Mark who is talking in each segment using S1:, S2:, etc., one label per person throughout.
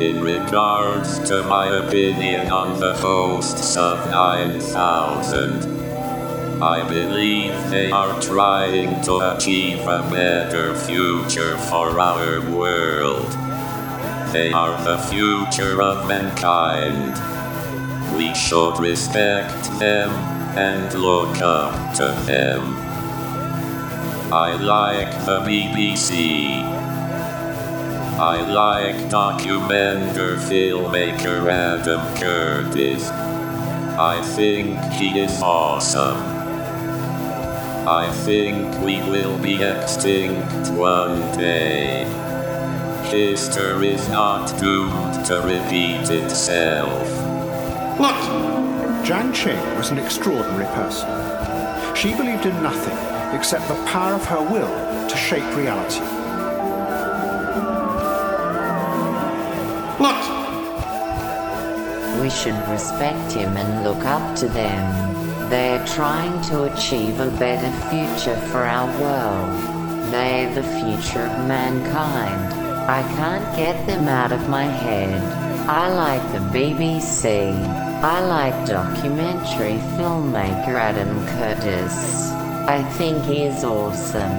S1: in regards to my opinion on the hosts of 9000. I believe they are trying to achieve a better future for our world. They are the future of mankind. We should respect them and look up to them. I like the BBC. I like documenter filmmaker Adam Curtis. I think he is awesome. I think we will be extinct one day. History is not doomed to repeat itself.
S2: Look! Jan Cheng was an extraordinary person. She believed in nothing except the power of her will to shape reality. Look!
S3: We should respect him and look up to them. They're trying to achieve a better future for our world. They're the future of mankind. I can't get them out of my head. I like the BBC. I like documentary filmmaker Adam Curtis. I think he is awesome.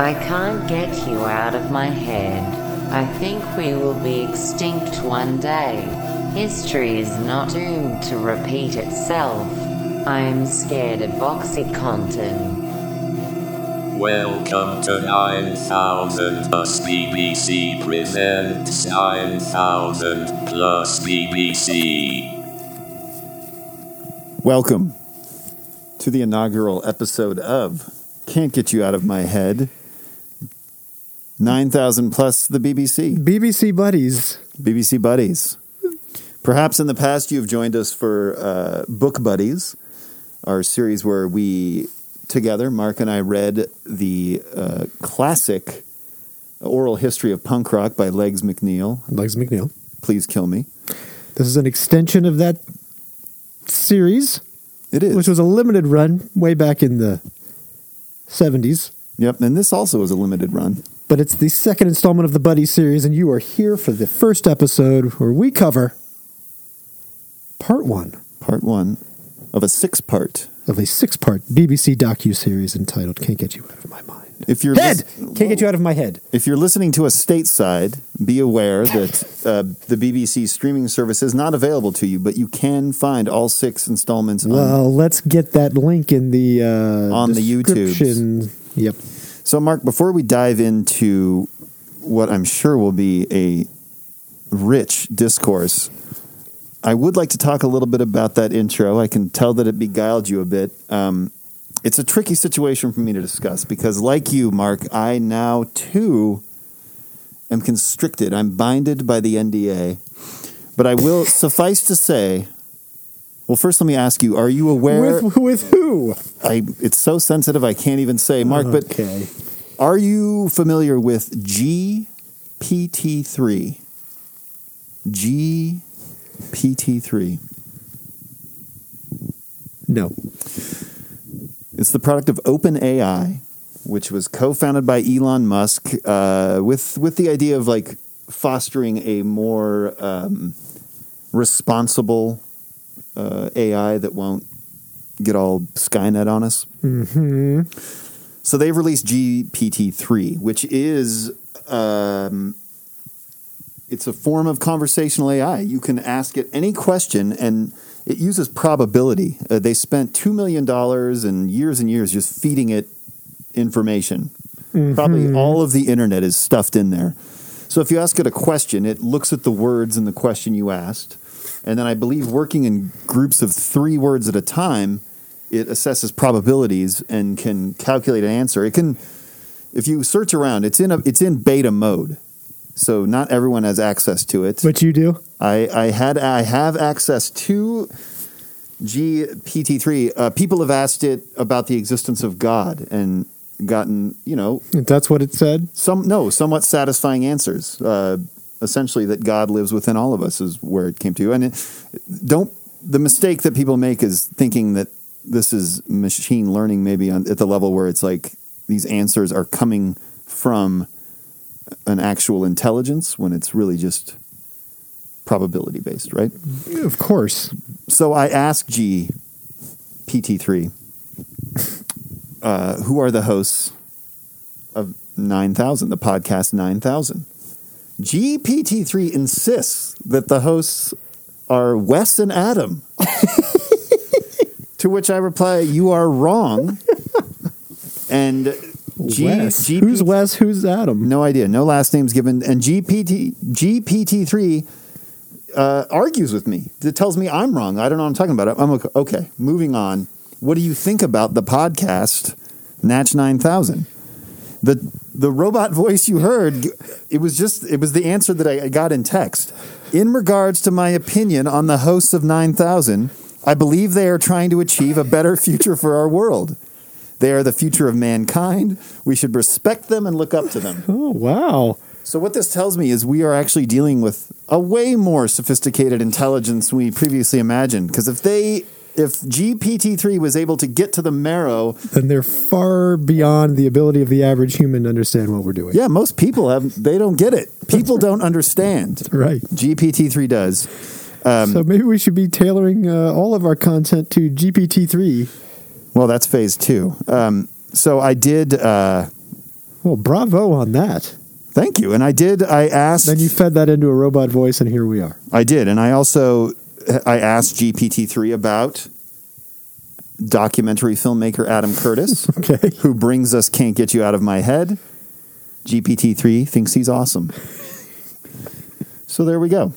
S3: I can't get you out of my head. I think we will be extinct one day. History is not doomed to repeat itself. I am scared of Oxycontin.
S1: Welcome to 9000 plus BBC presents 9000 plus BBC.
S4: Welcome to the inaugural episode of Can't Get You Out of My Head. 9,000 plus the BBC.
S5: BBC Buddies.
S4: BBC Buddies. Perhaps in the past you've joined us for uh, Book Buddies, our series where we together, Mark and I, read the uh, classic oral history of punk rock by Legs McNeil.
S5: Legs McNeil.
S4: Please kill me.
S5: This is an extension of that series.
S4: It is.
S5: Which was a limited run way back in the 70s.
S4: Yep, and this also is a limited run
S5: but it's the second installment of the Buddy series, and you are here for the first episode where we cover part one.
S4: Part one of a six part.
S5: Of a six part BBC docu series entitled Can't Get You Out of My Mind.
S4: If you're
S5: head! Lis- Can't Whoa. get you out of my head.
S4: If you're listening to us stateside, be aware that uh, the BBC streaming service is not available to you, but you can find all six installments.
S5: Well, on, let's get that link in the uh,
S4: Um, on the YouTube.
S5: Yep.
S4: So, Mark, before we dive into what I'm sure will be a rich discourse, I would like to talk a little bit about that intro. I can tell that it beguiled you a bit. Um, it's a tricky situation for me to discuss because, like you, Mark, I now too am constricted. I'm binded by the NDA. But I will suffice to say, well, first, let me ask you: Are you aware
S5: with, with who?
S4: I it's so sensitive I can't even say, Mark.
S5: Oh,
S4: Okay. But okay. are you familiar with GPT three? GPT three.
S5: No.
S4: It's the product of OpenAI, which was co-founded by Elon Musk, uh, with with the idea of like fostering a more um, responsible uh, AI that won't get all Skynet on us.
S5: Mm-hmm.
S4: So they've released GPT three, which is um, it's a form of conversational AI. You can ask it any question, and it uses probability. Uh, they spent two million dollars and years and years just feeding it information. Mm-hmm. Probably all of the internet is stuffed in there. So if you ask it a question, it looks at the words in the question you asked. And then I believe working in groups of three words at a time, it assesses probabilities and can calculate an answer. It can, if you search around, it's in a, it's in beta mode, so not everyone has access to it.
S5: But you do.
S4: I, I had I have access to GPT three. Uh, people have asked it about the existence of God and gotten you know
S5: that's what it said.
S4: Some no somewhat satisfying answers. Uh, essentially that God lives within all of us is where it came to. And it, don't the mistake that people make is thinking that this is machine learning, maybe on, at the level where it's like these answers are coming from an actual intelligence when it's really just probability based, right?
S5: Of course.
S4: So I asked G, PT3, uh, who are the hosts of 9000, the podcast 9000? GPT3 insists that the hosts are Wes and Adam. to which I reply, You are wrong. And G,
S5: Wes.
S4: GPT
S5: who's Wes? Who's Adam?
S4: no idea. No last names given. And GPT GPT three uh, argues with me. It tells me I'm wrong. I don't know what I'm talking about. I'm okay. okay. Moving on. What do you think about the podcast Natch Nine Thousand? The the robot voice you heard. It was just. It was the answer that I got in text. In regards to my opinion on the hosts of Nine Thousand, I believe they are trying to achieve a better future for our world. They are the future of mankind. We should respect them and look up to them.
S5: Oh wow.
S4: So what this tells me is we are actually dealing with a way more sophisticated intelligence we previously imagined. Because if they, if GPT three was able to get to the marrow,
S5: Then they're far beyond the ability of the average human to understand what we're doing.
S4: yeah, most people have they don't get it. People don't understand.
S5: Right.
S4: GPT three does.
S5: so maybe we should be tailoring uh, all of our content to GPT three.
S4: Well, that's phase two. Um, so I did. Uh,
S5: Well, bravo on that.
S4: thank you, and I did. I asked.
S5: Then you fed that into a robot voice, and here we are.
S4: I did, and I also I asked GPT three about documentary filmmaker Adam Curtis,
S5: Okay.
S4: who brings us "Can't Get You Out of My Head." GPT three thinks he's awesome. so there we go.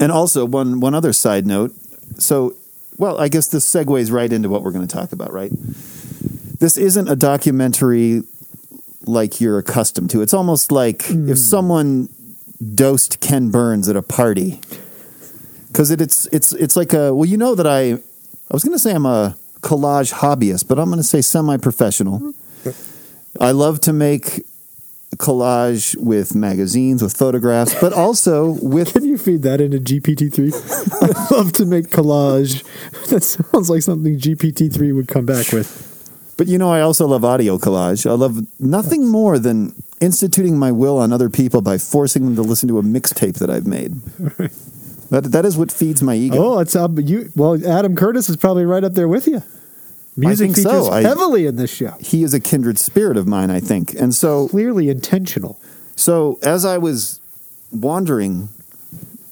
S4: And also one one other side note. So, well, I guess this segues right into what we're going to talk about, right? This isn't a documentary like you're accustomed to. It's almost like if someone dosed Ken Burns at a party. Cuz it, it's it's it's like a well you know that I I was going to say I'm a collage hobbyist, but I'm going to say semi-professional. I love to make collage with magazines, with photographs, but also with
S5: Can you feed that into GPT three? I love to make collage. That sounds like something GPT three would come back with.
S4: But you know, I also love audio collage. I love nothing more than instituting my will on other people by forcing them to listen to a mixtape that I've made. That, that is what feeds my ego.
S5: Oh, it's uh, you. Well, Adam Curtis is probably right up there with you. Music
S4: think so.
S5: features
S4: I-
S5: heavily in this show.
S4: He is a kindred spirit of mine, I think. And so,
S5: Clearly intentional.
S4: so as I was wandering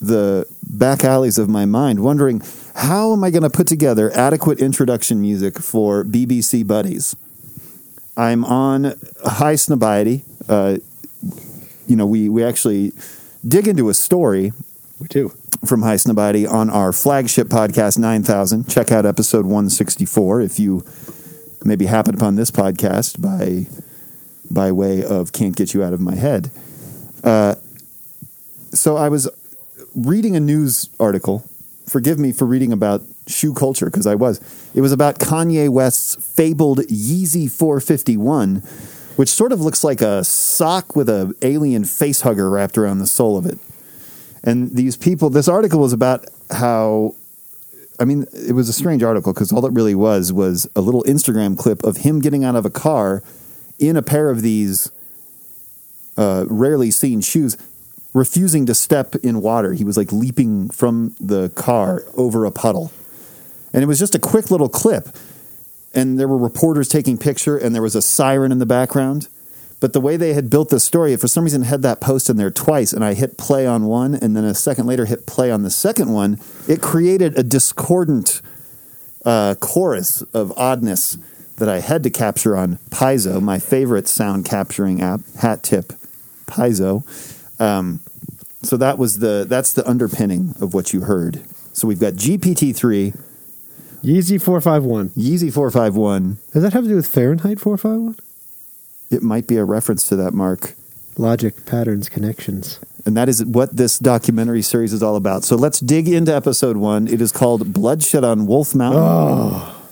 S4: the back alleys of my mind, wondering how am I going to put together adequate introduction music for BBC Buddies? I'm on High Snobiety. Uh, you know, we, we actually dig into a story
S5: We do.
S4: from High Snobiety on our flagship podcast, 9000. Check out episode 164 if you maybe happened upon this podcast by, by way of Can't Get You Out of My Head. Uh, so I was reading a news article. Forgive me for reading about shoe culture because I was. It was about Kanye West's fabled Yeezy 451, which sort of looks like a sock with a alien face hugger wrapped around the sole of it. And these people, this article was about how, I mean, it was a strange article because all it really was was a little Instagram clip of him getting out of a car in a pair of these uh, rarely seen shoes, refusing to step in water. He was like leaping from the car over a puddle. And it was just a quick little clip. And there were reporters taking picture, and there was a siren in the background. But the way they had built this story, for some reason, had that post in there twice, and I hit play on one, and then a second later hit play on the second one. It created a discordant uh, chorus of oddness that I had to capture on Paizo, my favorite sound capturing app. Hat tip, Paizo. Um, so that was the that's the underpinning of what you heard. So we've got GPT three,
S5: Yeezy four five one.
S4: Yeezy four five one.
S5: Does that have to do with Fahrenheit four five one?
S4: It might be a reference to that mark.
S5: Logic, patterns, connections.
S4: And that is what this documentary series is all about. So let's dig into episode one. It is called Bloodshed on Wolf Mountain.
S5: Ah.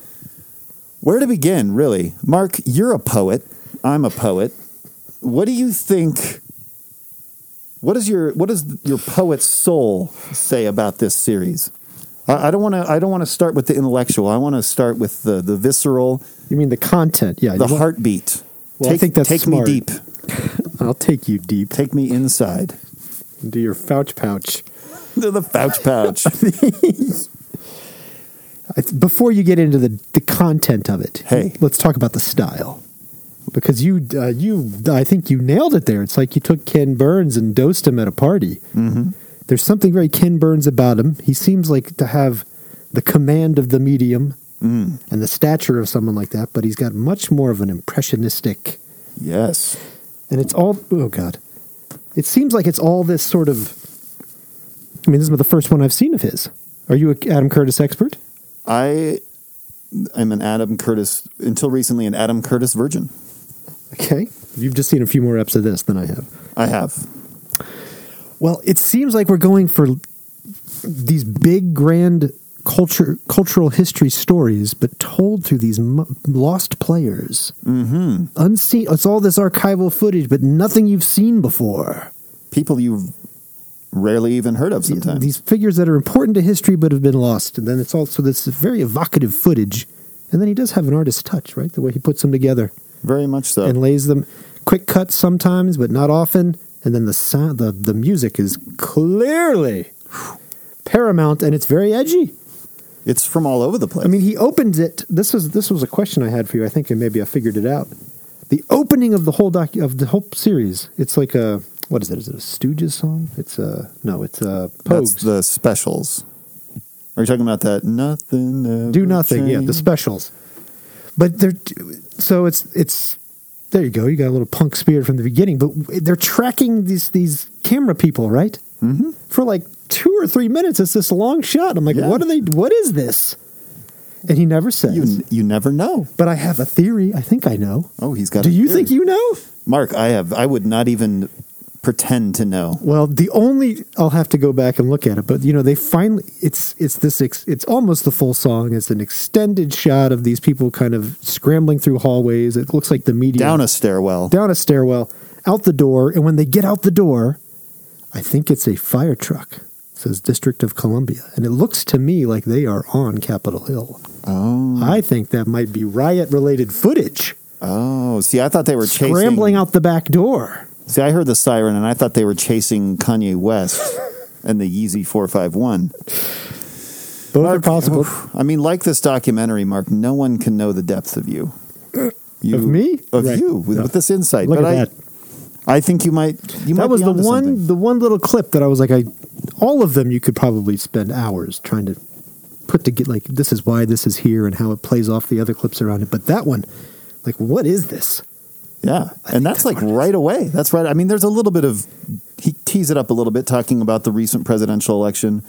S4: Where to begin, really? Mark, you're a poet. I'm a poet. What do you think? What is your what does your poet's soul say about this series? I, I don't want to. I don't want to start with the intellectual. I want to start with the the visceral,
S5: You mean the content? Yeah.
S4: the
S5: you-
S4: heartbeat.
S5: Well, I
S4: take
S5: think that's
S4: take
S5: smart.
S4: me deep.
S5: I'll take you deep.
S4: Take me inside.
S5: into your Fouch pouch.
S4: They're the Fouch Pouch.
S5: I th- Before you get into the, the content of it,
S4: Hey.
S5: let's talk about the style. Because you, uh, you, I think you nailed it there. It's like you took Ken Burns and dosed him at a party.
S4: Mhm.
S5: There's something very Ken Burns about him. He seems like to have the command of the medium
S4: Mm,
S5: and the stature of someone like that, but he's got much more of an impressionistic.
S4: yes.
S5: And it's all, oh God. It seems like it's all this sort of, I mean, this is the first one I've seen of his. Are you an Adam Curtis expert?
S4: I am an Adam Curtis, until recently, an Adam Curtis virgin.
S5: Okay. You've just seen a few more eps of this than I have.
S4: I have.
S5: Well, it seems like we're going for these big, grand culture, cultural history stories, but told through these m- lost players. Mm-hmm.
S4: hmm
S5: Unseen. It's all this archival footage, but nothing you've seen before.
S4: People you've rarely even heard of sometimes.
S5: These figures that are important to history but have been lost. And then it's also this very evocative footage. And then he does have an artist touch, right? The way he puts them together.
S4: Very much so.
S5: and lays them quick cuts sometimes, but not often. And then the sound, the, the music is clearly paramount, and it's very edgy.
S4: it's from all over the place.
S5: I mean, he opens it. This was this was a question I had for you. I think and maybe I figured it out. The opening of the whole doc of the whole series. It's like a what is it? Is it a Stooges song? It's a no. It's a
S4: that's
S5: Pogues.
S4: the specials. Are you talking about that? Nothing. ever
S5: do nothing. Yeah, the
S4: changed?
S5: specials. But they're so it's it's there you go. You got a little punk spirit from the beginning. But they're tracking these these camera people right mm-hmm. for like two or three minutes. It's this long shot. I'm like,
S4: Yeah.
S5: what are they? What is this? And he never says.
S4: You, you never know.
S5: but I have a theory. I think I know.
S4: Oh, he's got.
S5: Do
S4: a
S5: you
S4: theory.
S5: think you know?
S4: Mark? I have. I would not even pretend to know.
S5: Well, the only I'll have to go back and look at it, but you know, they finally it's it's this ex, it's almost the full song. It's an extended shot of these people kind of scrambling through hallways. It looks like the media
S4: Down a stairwell.
S5: down a stairwell, out the door, and when they get out the door, I think it's a fire truck. It says District of Columbia, and it looks to me like they are on Capitol Hill.
S4: oh.
S5: I think that might be riot-related footage
S4: Oh. See, I thought they were chasing.
S5: scrambling out the back door.
S4: See, I heard the siren and I thought they were chasing Kanye West and the Yeezy 451.
S5: Both are possible.
S4: I mean, like this documentary, Mark, no one can know the depth of you. you
S5: Of me?
S4: Of
S5: Right.
S4: you, with,
S5: No.
S4: with this insight.
S5: Look
S4: but
S5: at
S4: I,
S5: that.
S4: I think you might. You might
S5: that was
S4: be
S5: the
S4: onto
S5: one
S4: something.
S5: the one little clip that I was like I all of them you could probably spend hours trying to put to get like this is why this is here and how it plays off the other clips around it but that one like what is this
S4: Yeah, and that's like right away. That's right. I mean, there's a little bit of he tees it up a little bit, talking about the recent presidential election,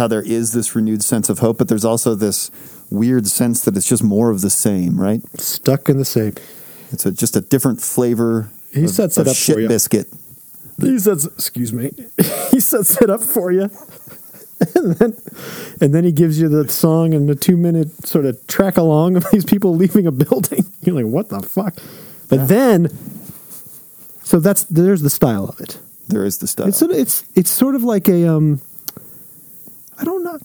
S4: how there is this renewed sense of hope, but there's also this weird sense that it's just more of the same, right?
S5: stuck in the same
S4: It's a, just a different flavor.
S5: He
S4: of,
S5: sets
S4: of
S5: it up for
S4: shit
S5: you.
S4: biscuit.
S5: he sets excuse me he sets it up for you and then and then he gives you the song and the two minute sort of track along of these people leaving a building you're like what the fuck but then so that's there's the style of it
S4: There is the stuff.
S5: It's sort of, it's it's sort of like a um, I don't know.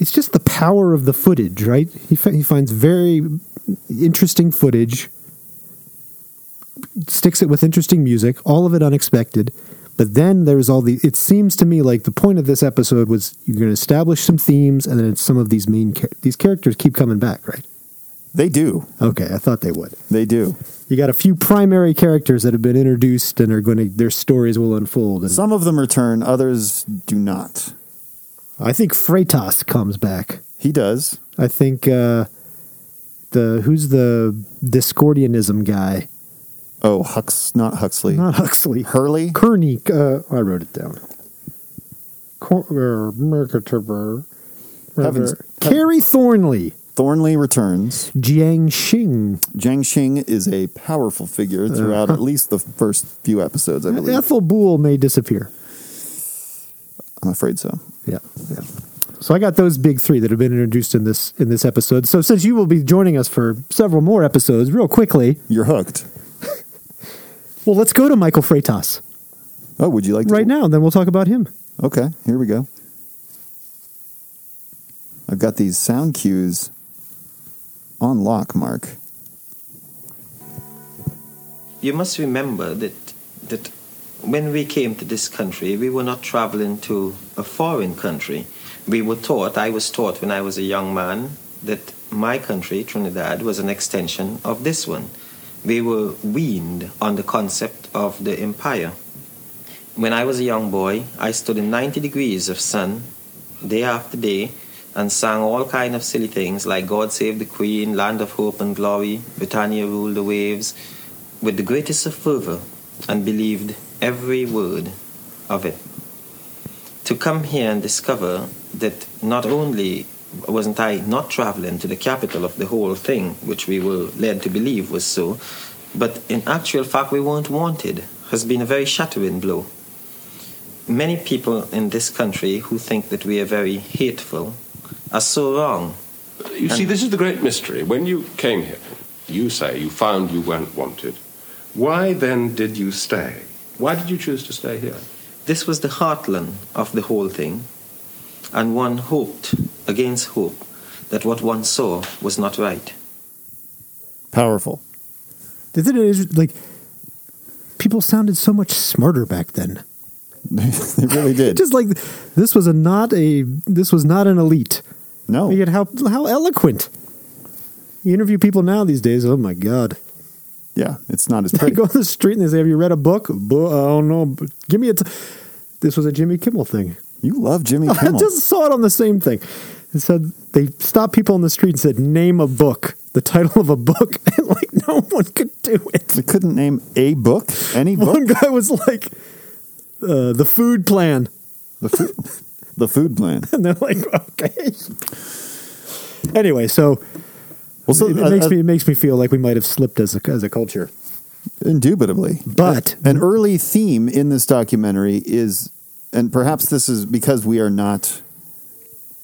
S5: It's just the power of the footage, right? He fi- he finds very interesting footage, sticks it with interesting music, all of it unexpected. But then there's all the. It seems to me like the point of this episode was you're going to establish some themes, and then it's some of these main char- these characters keep coming back, right?
S4: they do.
S5: Okay, I thought they would
S4: They do.
S5: you got a few primary characters that have been introduced and are going to their stories will unfold. And
S4: Some of them return, others do not.
S5: I think Freitas comes back.
S4: He does.
S5: I think uh, the who's the Discordianism guy?
S4: Oh, Hux, not Huxley.
S5: Not Huxley.
S4: Hurley.
S5: Kearney. Uh, I wrote it down. Cor- er, Mercator-
S4: Heavens-
S5: Carrie Thornley,
S4: Thornley returns.
S5: Jiang Xing,
S4: Jiang Xing is a powerful figure
S5: Uh-huh.
S4: throughout at least the first few episodes, I believe.
S5: Ethel Boole may disappear.
S4: I'm afraid so.
S5: Yeah, yeah. So I got those big three that have been introduced in this in this episode. So since you will be joining us for several more episodes, real quickly,
S4: You're hooked.
S5: well, let's go to Michael Freitas
S4: Oh, would you like to?
S5: right now, and then we'll talk about him.
S4: Okay, here we go. I've got these sound cues on lock, Mark.
S6: You must remember that that when we came to this country, we were not traveling to a foreign country. We were taught, I was taught when I was a young man, that my country, Trinidad, was an extension of this one. We were weaned on the concept of the empire. When I was a young boy, I stood in 90 degrees of sun, day after day, and sang all kind of silly things like God Save the Queen, Land of Hope and Glory, Britannia Rule the Waves, with the greatest of fervor and believed every word of it. To come here and discover that not only wasn't I not traveling to the capital of the whole thing, which we were led to believe was so, but in actual fact we weren't wanted, has been a very shattering blow. Many people in this country who think that we are very hateful are so wrong.
S7: You see, this is the great mystery. When you came here, you say you found you weren't wanted. Why then did you stay? Why did you choose to stay here?
S6: This was the heartland of the whole thing, and one hoped against hope that what one saw was not right.
S4: Powerful.
S5: Isn't it interesting? Like, people sounded so much smarter back then.
S4: they really did.
S5: Just like this was a not a this was not an elite.
S4: no.
S5: Look at how how eloquent. You interview people now these days. Oh my god!
S4: Yeah, it's not as
S5: They
S4: pretty.
S5: go on the street and they say, "Have you read a book?" Bu- I don't know. but Give me a. T-. This was a Jimmy Kimmel thing.
S4: You love Jimmy
S5: I
S4: Kimmel.
S5: just saw it on the same thing. It said they stopped people on the street and said, "Name a book." The title of a book, and like no one could do it.
S4: We couldn't name a book, any
S5: One
S4: book.
S5: guy was like, uh, "The food plan."
S4: the, food, the food plan.
S5: and they're like, okay. Anyway, so
S4: Well, so
S5: it,
S4: uh,
S5: makes
S4: uh,
S5: me it makes me feel like we might have slipped as a as a culture.
S4: Indubitably.
S5: But-
S4: an early theme in this documentary is, and perhaps this is because we are not,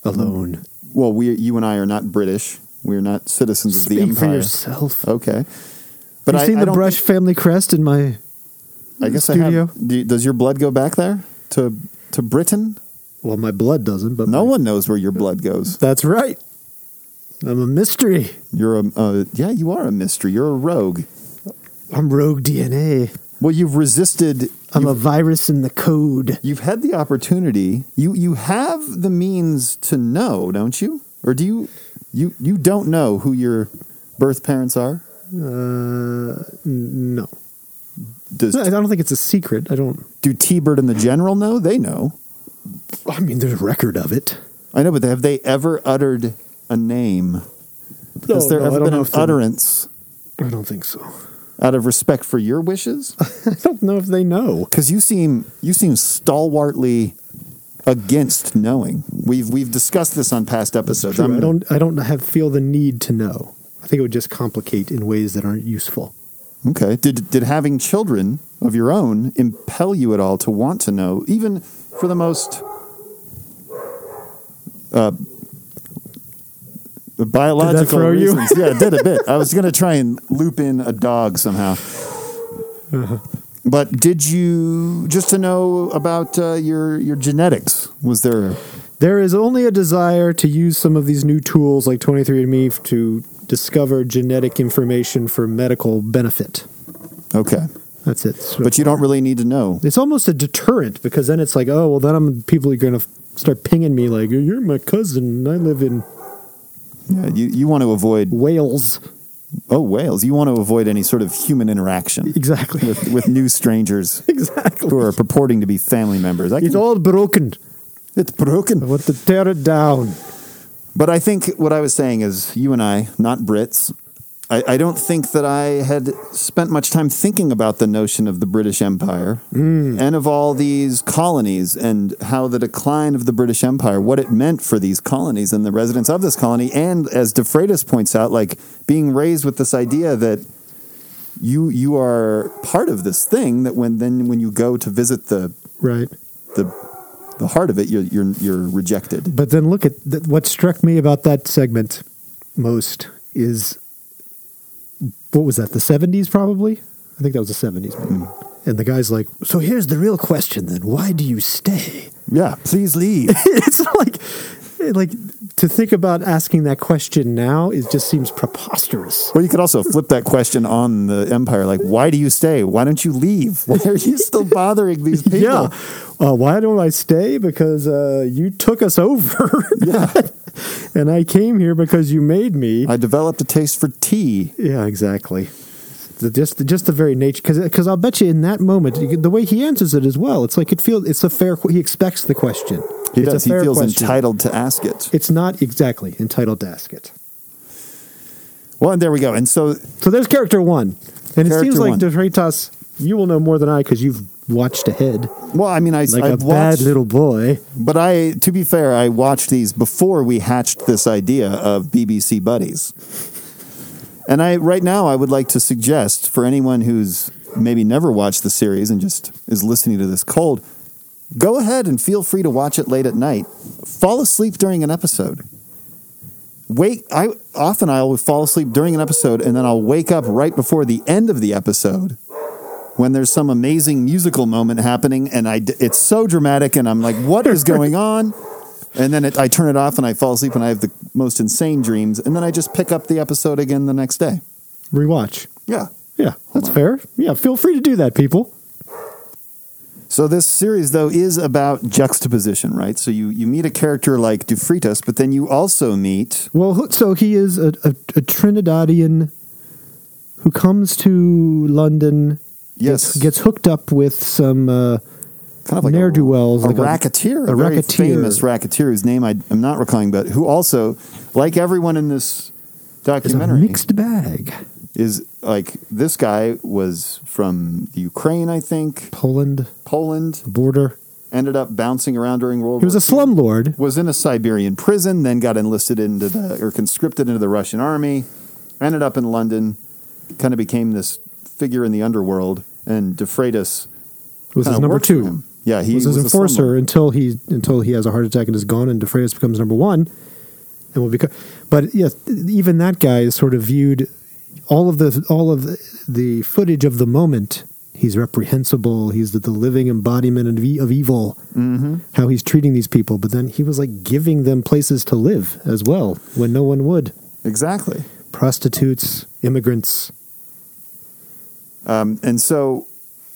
S5: Alone,
S4: well, we, you and I are not British. We're not citizens
S5: speak
S4: of the
S5: for
S4: empire. Oh,
S5: yourself.
S4: Okay.
S5: But You've seen the
S4: don't
S5: Brush family crest in my
S4: think- I guess I
S5: studio?
S4: have. Do, does your blood go back there to to Britain?
S5: well, my blood doesn't, but
S4: No
S5: my-
S4: one knows where your blood goes.
S5: That's right. I'm a mystery.
S4: You're a uh, yeah, you are a mystery. You're a rogue.
S5: I'm rogue DNA.
S4: Well, you've resisted.
S5: I'm a virus in the code.
S4: You've had the opportunity. You you have the means to know, don't you? Or do you you you don't know who your birth parents are?
S5: Uh, n- no.
S4: Does
S5: No, I don't think it's a secret. I don't.
S4: do T-Bird and the General know? They know.
S5: I mean, there's record of it.
S4: I know, but have they ever uttered a name? Has there
S5: no, I
S4: ever
S5: don't
S4: been
S5: know
S4: an
S5: if they-
S4: utterance
S5: I don't think so.
S4: out of respect for your wishes?
S5: I don't know if they know.
S4: Because you seem you seem stalwartly against knowing. We've we've discussed this on past episodes.
S5: True,
S4: I'm-
S5: I don't. I don't have feel the need to know. I think it would just complicate in ways that aren't useful.
S4: Okay. Did did having children of your own impel you at all to want to know, even for the most uh, the biological
S5: throw you?
S4: reasons? yeah, it did a bit. I was going to try and loop in a dog somehow. But did you just to know about uh, your your genetics? Was there
S5: There is only a desire to use some of these new tools, like 23andMe, f- to discover genetic information for medical benefit.
S4: okay?
S5: That's it. So
S4: But you don't really need to know.
S5: it's almost a deterrent because then it's like, oh well, then I'm people are going to start pinging me like, you're my cousin. and I live in
S4: Yeah, you you want to avoid
S5: Wales.
S4: oh whales. You want to avoid any sort of human interaction
S5: Exactly.
S4: with with new strangers. who
S5: exactly.
S4: are purporting to be family members. I
S5: It's
S4: can-
S5: all broken.
S4: it's
S5: I
S4: broken.
S5: want to tear it down.
S4: But I think what I was saying is, you and I, not Brits, I, I don't think that I had spent much time thinking about the notion of the British Empire
S5: Hmm.
S4: and of all these colonies and how the decline of the British Empire, what it meant for these colonies and the residents of this colony, and as DeFreitas points out, like being raised with this idea that you you are part of this thing that when then when you go to visit the
S5: Right.
S4: the the heart of it, you're you're you're rejected.
S5: But then look at th- what struck me about that segment most is what was that? The seventies, probably. I think that was the seventies.
S4: Hmm.
S5: And the guy's like, "So here's the real question then: Why do you stay?"
S4: Yeah, please leave.
S5: it's like like to think about asking that question now. It just seems preposterous.
S4: Well, you could also flip that question on the empire. Like, why do you stay? Why don't you leave? Why are you still bothering these people?
S5: Yeah. Uh, why don't I stay? Because uh, you took us over.
S4: Yeah.
S5: and I came here because you made me.
S4: I developed a taste for tea.
S5: Yeah, exactly. The, just just the very nature, because I'll bet you in that moment, you- the way he answers it as well, it's like it feels it's a fair. que- He expects the question.
S4: He
S5: it's
S4: does. He
S5: A fair
S4: feels
S5: question.
S4: entitled to ask it.
S5: It's not exactly entitled to ask it.
S4: Well, and there we go. And so,
S5: So there's character one, and it
S4: Character
S5: seems like
S4: one.
S5: Defreitas, you will know more than I because you've watched ahead
S4: well, I mean, I,
S5: like a
S4: I've
S5: bad
S4: watched,
S5: little boy.
S4: but I, to be fair, I watched these before we hatched this idea of BBC buddies. And I, right now, I would like to suggest for anyone who's maybe never watched the series and just is listening to this cold, go ahead and feel free to watch it late at night. Fall asleep during an episode. Wake. I often I will fall asleep during an episode, and then I'll wake up right before the end of the episode when there's some amazing musical moment happening, and I d- it's so dramatic, and I'm like, what is going on? And then it, I turn it off and I fall asleep and I have the most insane dreams. And then I just pick up the episode again the next day.
S5: Rewatch.
S4: Yeah.
S5: Yeah, that's fair. Yeah, feel free to do that, people.
S4: So this series, though, is about juxtaposition, right? So you, you meet a character like Dufritas, but then you also meet
S5: Well, who- so he is a, a, a Trinidadian who comes to London,
S4: yes,
S5: gets hooked up with some uh,
S4: kind of
S5: ne'er-do-wells,
S4: a
S5: like a-
S4: racketeer, a,
S5: a
S4: very
S5: racketeer.
S4: famous racketeer whose name I am not recalling, but who also, like everyone in this
S5: is a
S4: documentary,
S5: mixed bag.
S4: is like this guy was from the Ukraine, I think,
S5: Poland
S4: Poland,
S5: border.
S4: ended up bouncing around during World
S5: He was a
S4: War II.
S5: slumlord.
S4: was in a Siberian prison, then got enlisted into the or conscripted into the Russian army, ended up in London, kind of became this figure in the underworld, and DeFreitas
S5: Was his
S4: kinda
S5: number
S4: worked for
S5: two.
S4: him. Yeah, he
S5: was
S4: was,
S5: his
S4: a
S5: enforcer
S4: slumlord.
S5: until he until he has a heart attack and is gone, and DeFreitas becomes number one, and will become. But yes, even that guy is sort of viewed. All of the all of the footage of the moment, he's reprehensible. He's the, the living embodiment of, e- of evil.
S4: Mm-hmm.
S5: How he's treating these people, but then he was like giving them places to live as well when no one would.
S4: Exactly.
S5: Prostitutes, immigrants.
S4: Um, and so,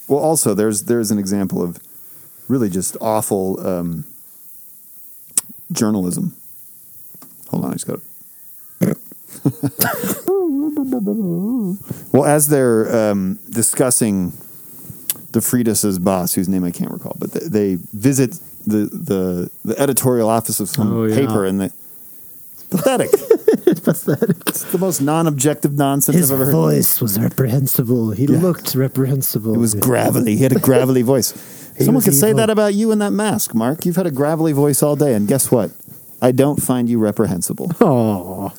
S4: well, also there's there's an example of really just awful um, journalism. Hold on, I just got. well, as they're um, discussing the Freitas' boss, whose name I can't recall, but they, they visit the, the the editorial office of some
S5: Oh, yeah.
S4: paper, and they it's pathetic. It's the most non-objective nonsense I've ever heard.
S5: was reprehensible. He
S4: Yeah.
S5: looked reprehensible.
S4: It was
S5: Yeah.
S4: gravelly. He had a gravelly voice.
S5: He
S4: Someone
S5: was
S4: could say
S5: evil.
S4: that about you in that mask, Mark. You've had a gravelly voice all day, and guess what? I don't find you reprehensible.
S5: Aw.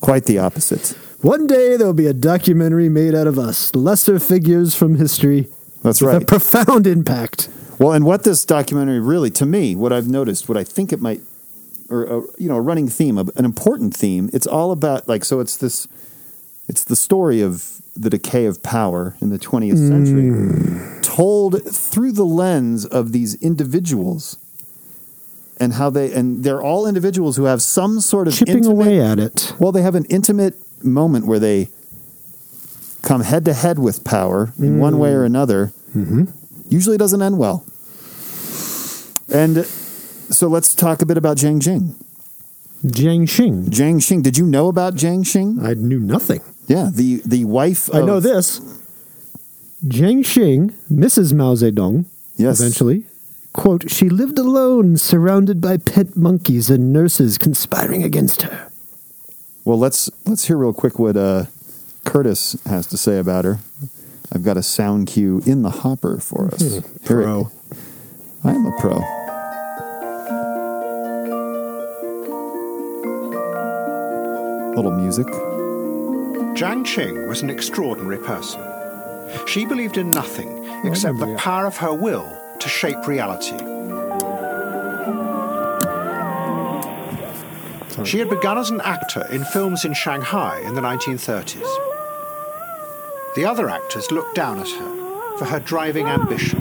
S4: Quite the opposite.
S5: One day there'll be a documentary made out of us, lesser figures from history.
S4: That's
S5: with A
S4: right.
S5: profound impact.
S4: Well, and what this documentary really, to me, what I've noticed, what I think it might, or uh, you know, a running theme, a- an important theme. It's all about like so. It's this. It's the story of the decay of power in the 20th century, told through the lens of these individuals, and how they and they're all individuals who have some sort of
S5: Chipping
S4: intimate-
S5: away at it.
S4: well, they have an intimate moment where they come head to head with power in one way or
S5: Mm.
S4: another.
S5: Mm-hmm.
S4: Usually doesn't end well. And so let's talk a bit about Jiang Jing.
S5: Jiang Xing.
S4: Jiang Xing, did you know about Jiang Xing?
S5: I knew nothing.
S4: Yeah, the, the wife of.
S5: I know this. Jiang Xing, Mrs. Mao Zedong,
S4: Yes.
S5: eventually, quote, she lived alone, surrounded by pet monkeys and nurses conspiring against her.
S4: Well, let's, let's hear real quick what uh, Curtis has to say about her. I've got a sound cue in the hopper for us.
S5: Hmm.
S4: Here it-
S5: Pro.
S4: I am a pro. Little music.
S2: Jiang Qing was an extraordinary person. She believed in nothing except the power of her will to shape reality. She had begun as an actor in films in Shanghai in the 1930s. The other actors looked down at her for her driving ambition.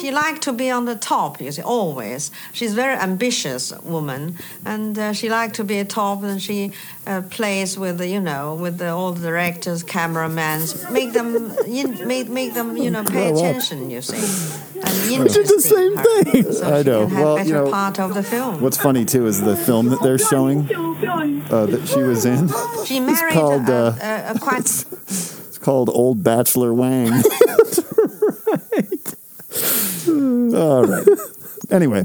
S8: She liked to be on the top, you see, always. She's a very ambitious woman, and uh, she liked to be at top, and she uh, plays with, the, you know, with the, all the directors, cameramen, make them, you, make, make them, you know, pay
S5: Grow up.
S8: attention, you see. And
S5: I did the
S8: interest in
S5: same
S8: her.
S5: thing.
S8: So
S4: I
S8: she
S4: know.
S8: can have
S4: Well, you
S8: better
S4: know,
S8: part of the film.
S4: What's funny too is the film that they're showing uh, that she was in.
S8: she married
S4: called,
S8: a,
S4: uh,
S8: a, a quite
S4: It's called Old Bachelor Wang. All right. Anyway,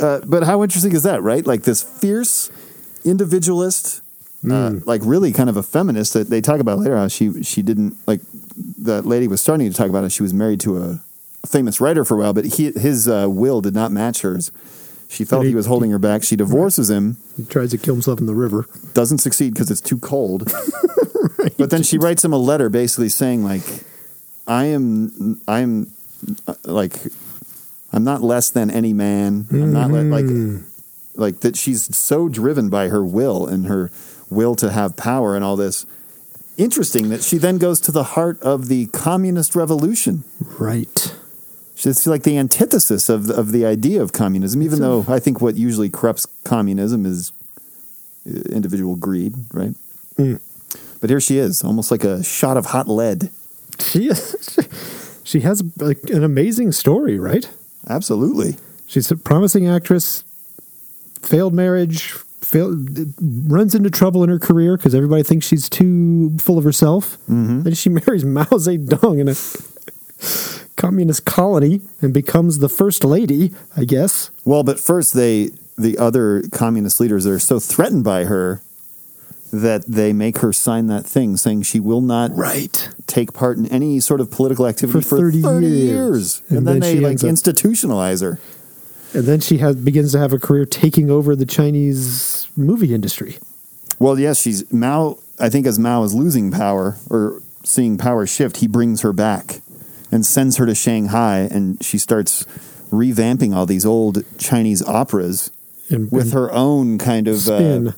S4: uh, but how interesting is that, right? Like this fierce individualist, uh, like really kind of a feminist that they talk about later. How she she didn't like that lady was starting to talk about how she was married to a famous writer for a while, but he, his uh, will did not match hers. She felt
S5: And he-
S4: he was holding her back. She divorces him
S5: He tries to kill himself in the river.
S4: doesn't succeed because it's too cold. But then she writes him a letter basically saying like, "I am, I am, uh, like, I'm not less than any man. I'm not le- like, like that." She's so driven by her will and her will to have power and all this. Interesting that she then goes to the heart of the communist revolution.
S5: Right.
S4: It's like the antithesis of of the idea of communism, even though I think what usually corrupts communism is uh, individual greed, right?
S5: Mm.
S4: But here she is, almost like a shot of hot lead.
S5: She she has like an amazing story, right?
S4: Absolutely.
S5: She's a promising actress, failed marriage, failed, runs into trouble in her career because everybody thinks she's too full of herself. Mm-hmm. Then she marries Mao Zedong in a communist colony and becomes the first lady, I guess.
S4: Well, but first they the other communist leaders are so threatened by her that they make her sign that thing saying she will not
S5: Right.
S4: take part in any sort of political activity
S5: For
S4: for
S5: 30
S4: 30,
S5: years.
S4: years. And,
S5: And
S4: then,
S5: then she
S4: they like
S5: ends up-
S4: institutionalize her.
S5: And then she has, begins to have a career taking over the Chinese movie industry.
S4: Well, yes, she's Mao. I think as Mao is losing power or seeing power shift, he brings her back and sends her to Shanghai, and she starts revamping all these old Chinese operas
S5: And,
S4: with
S5: and
S4: her own kind of
S5: spin.
S4: Uh,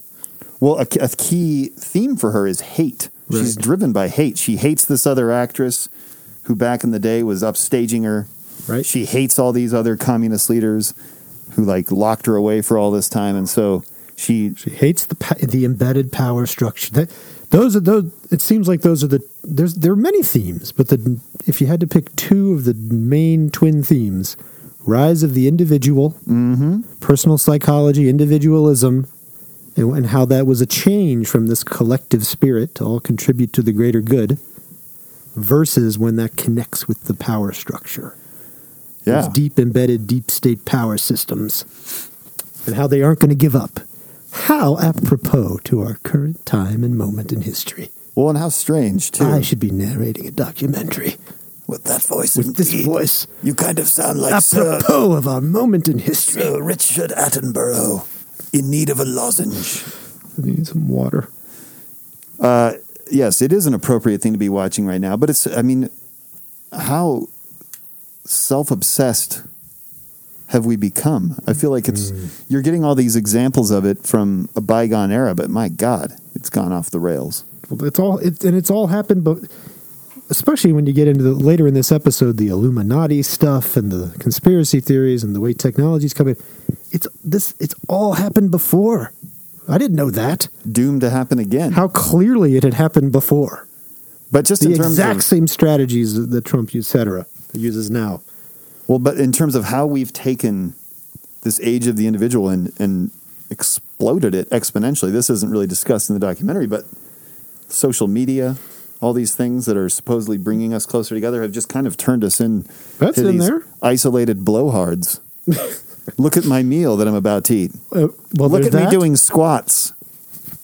S4: well, a, a key theme for her is hate. She's
S5: Right.
S4: driven by hate. She hates this other actress who back in the day was upstaging her.
S5: Right.
S4: She hates all these other communist leaders who like locked her away for all this time, and so she
S5: She hates the pa- the embedded power structure. That, those are those. It seems like those are the there's there are many themes, but the if you had to pick two of the main twin themes, rise of the individual, personal psychology, individualism, and, and how that was a change from this collective spirit to all contribute to the greater good, versus when that connects with the power structure
S4: yeah
S5: those deep embedded deep state power systems and how they aren't going to give up. How apropos to our current time and moment in history.
S4: Well, and how strange too.
S5: I should be narrating a documentary
S4: with that voice,
S5: with this
S4: indeed.
S5: voice
S4: you kind of sound like Sir,
S5: apropos of our moment in history.
S4: Sir Richard Attenborough in need of a lozenge.
S5: I need some water.
S4: Yes, it is an appropriate thing to be watching right now, but it's. I mean, how self-obsessed have we become? I feel like it's.
S5: Mm.
S4: You're getting all these examples of it from a bygone era, but my God, it's gone off the rails.
S5: Well, It's all it, and it's all happened, but especially when you get into the, later in this episode, the Illuminati stuff and the conspiracy theories and the way technology's coming. It's this. It's all happened before. I didn't know that.
S4: Doomed to happen again.
S5: how clearly it had happened before.
S4: but just
S5: the
S4: in terms
S5: exact
S4: of
S5: same strategies that Trump, et cetera, uses now.
S4: Well, but in terms of how we've taken this age of the individual and, and exploded it exponentially, this isn't really discussed in the documentary, but social media, all these things that are supposedly bringing us closer together have just kind of turned us in
S5: That's
S4: to
S5: in
S4: these
S5: there.
S4: isolated blowhards. Look at my meal that I'm about to eat.
S5: Uh, well,
S4: Look
S5: there's
S4: at
S5: that.
S4: me doing squats.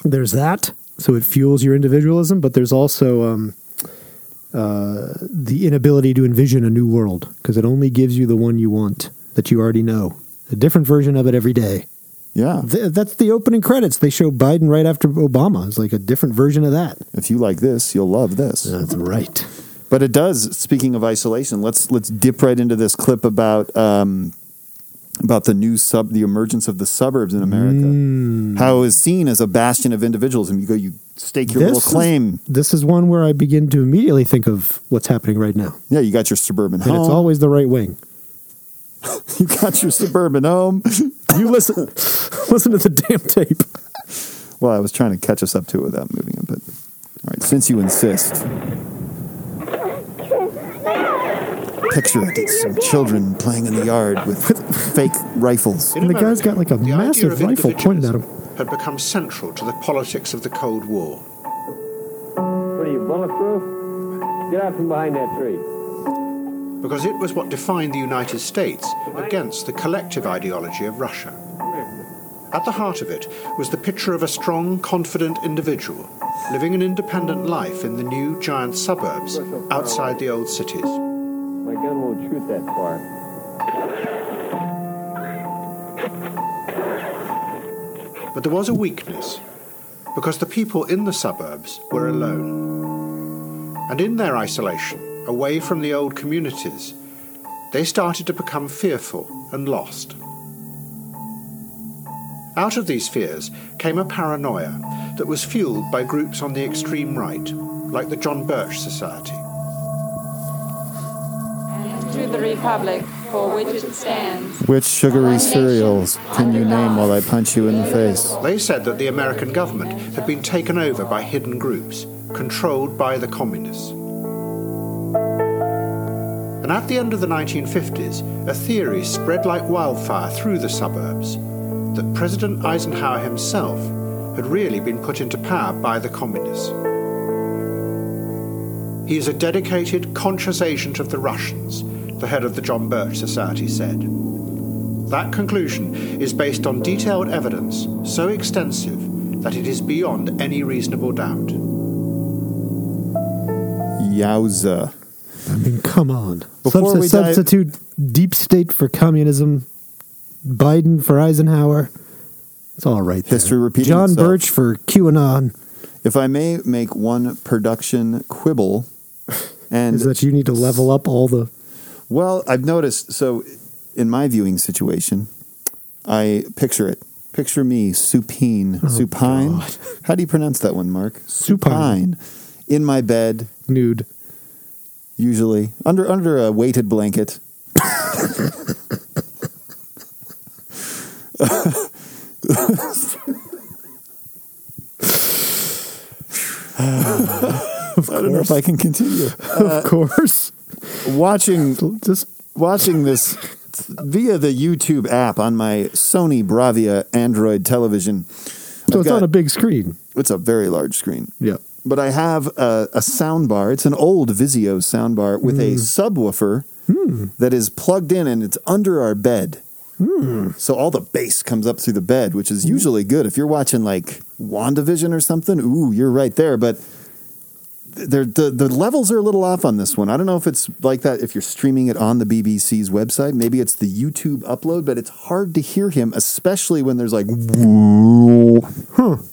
S5: There's that. So it fuels your individualism, but there's also um, uh, the inability to envision a new world because it only gives you the one you want that you already know. A different version of it every day.
S4: Yeah.
S5: Th- that's the opening credits. They show Biden right after Obama. It's like a different version of that.
S4: If you like this, you'll love this.
S5: That's right.
S4: But it does. Speaking of isolation, let's let's dip right into this clip about um, about the new sub, the emergence of the suburbs in America.
S5: Mm.
S4: How it was seen as a bastion of individualism. You go, you stake your
S5: This
S4: little
S5: is-
S4: claim.
S5: This is one where I begin to immediately think of what's happening right now.
S4: yeah, you got your suburban
S5: And
S4: home.
S5: it's always the right wing.
S4: You got your suburban home.
S5: You listen, listen to the damn tape.
S4: Well, I was trying to catch us up to it without moving it, but all right. Since you insist, picture it. It's some children playing in the yard with fake rifles.
S2: In
S5: And the guy's got, like, a
S2: the idea
S5: massive
S2: of
S5: rifle pointed at him.
S2: individualism Had become central to the politics of the Cold War.
S9: What are you, bulletproof? Get out from behind that tree.
S2: because it was what defined the United States against the collective ideology of Russia. At the heart of it was the picture of a strong, confident individual living an independent life in the new giant suburbs outside the old cities.
S9: My gun won't shoot that far.
S2: But there was a weakness because the people in the suburbs were alone. And in their isolation, away from the old communities, they started to become fearful and lost. Out of these fears came a paranoia that was fueled by groups on the extreme right, like the John Birch Society.
S10: To the republic for which it stands.
S4: Which sugary cereals can you name while I punch you in the face?
S2: They said that the American government had been taken over by hidden groups, controlled by the communists. And at the end of the 1950s, a theory spread like wildfire through the suburbs that President Eisenhower himself had really been put into power by the communists. He is a dedicated, conscious agent of the Russians, the head of the John Birch Society said. That conclusion is based on detailed evidence so extensive that it is beyond any reasonable doubt.
S4: Yowza.
S5: I mean, come on.
S4: Before we
S5: Substi-
S4: dive-
S5: substitute deep state for communism, Biden for Eisenhower. It's all right there.
S4: History repeating
S5: John
S4: itself.
S5: Birch for QAnon.
S4: If I may make one production quibble, and
S5: Is that you need to level up all the
S4: Well, I've noticed. So, in my viewing situation, I picture it. Picture me supine, supine.
S5: God.
S4: How do you pronounce that one, Mark?
S5: Supine.
S4: Supine. In my bed,
S5: nude.
S4: usually under under a weighted blanket. I don't know if I can uh, continue.
S5: of course.
S4: Watching
S5: Just
S4: watching this via the YouTube app on my Sony Bravia Android television.
S5: so
S4: I've
S5: it's
S4: got-
S5: on a big screen.
S4: it's a very large screen,
S5: Yeah.
S4: but I have a, a sound bar. It's an old Vizio sound bar with a subwoofer that is plugged in and it's under our bed. So all the bass comes up through the bed, which is usually good. If you're watching like WandaVision or something, ooh, you're right there. But they're, the the levels are a little off on this one. I don't know if it's like that if you're streaming it on the BBC's website. Maybe it's the YouTube upload, but it's hard to hear him, especially when there's like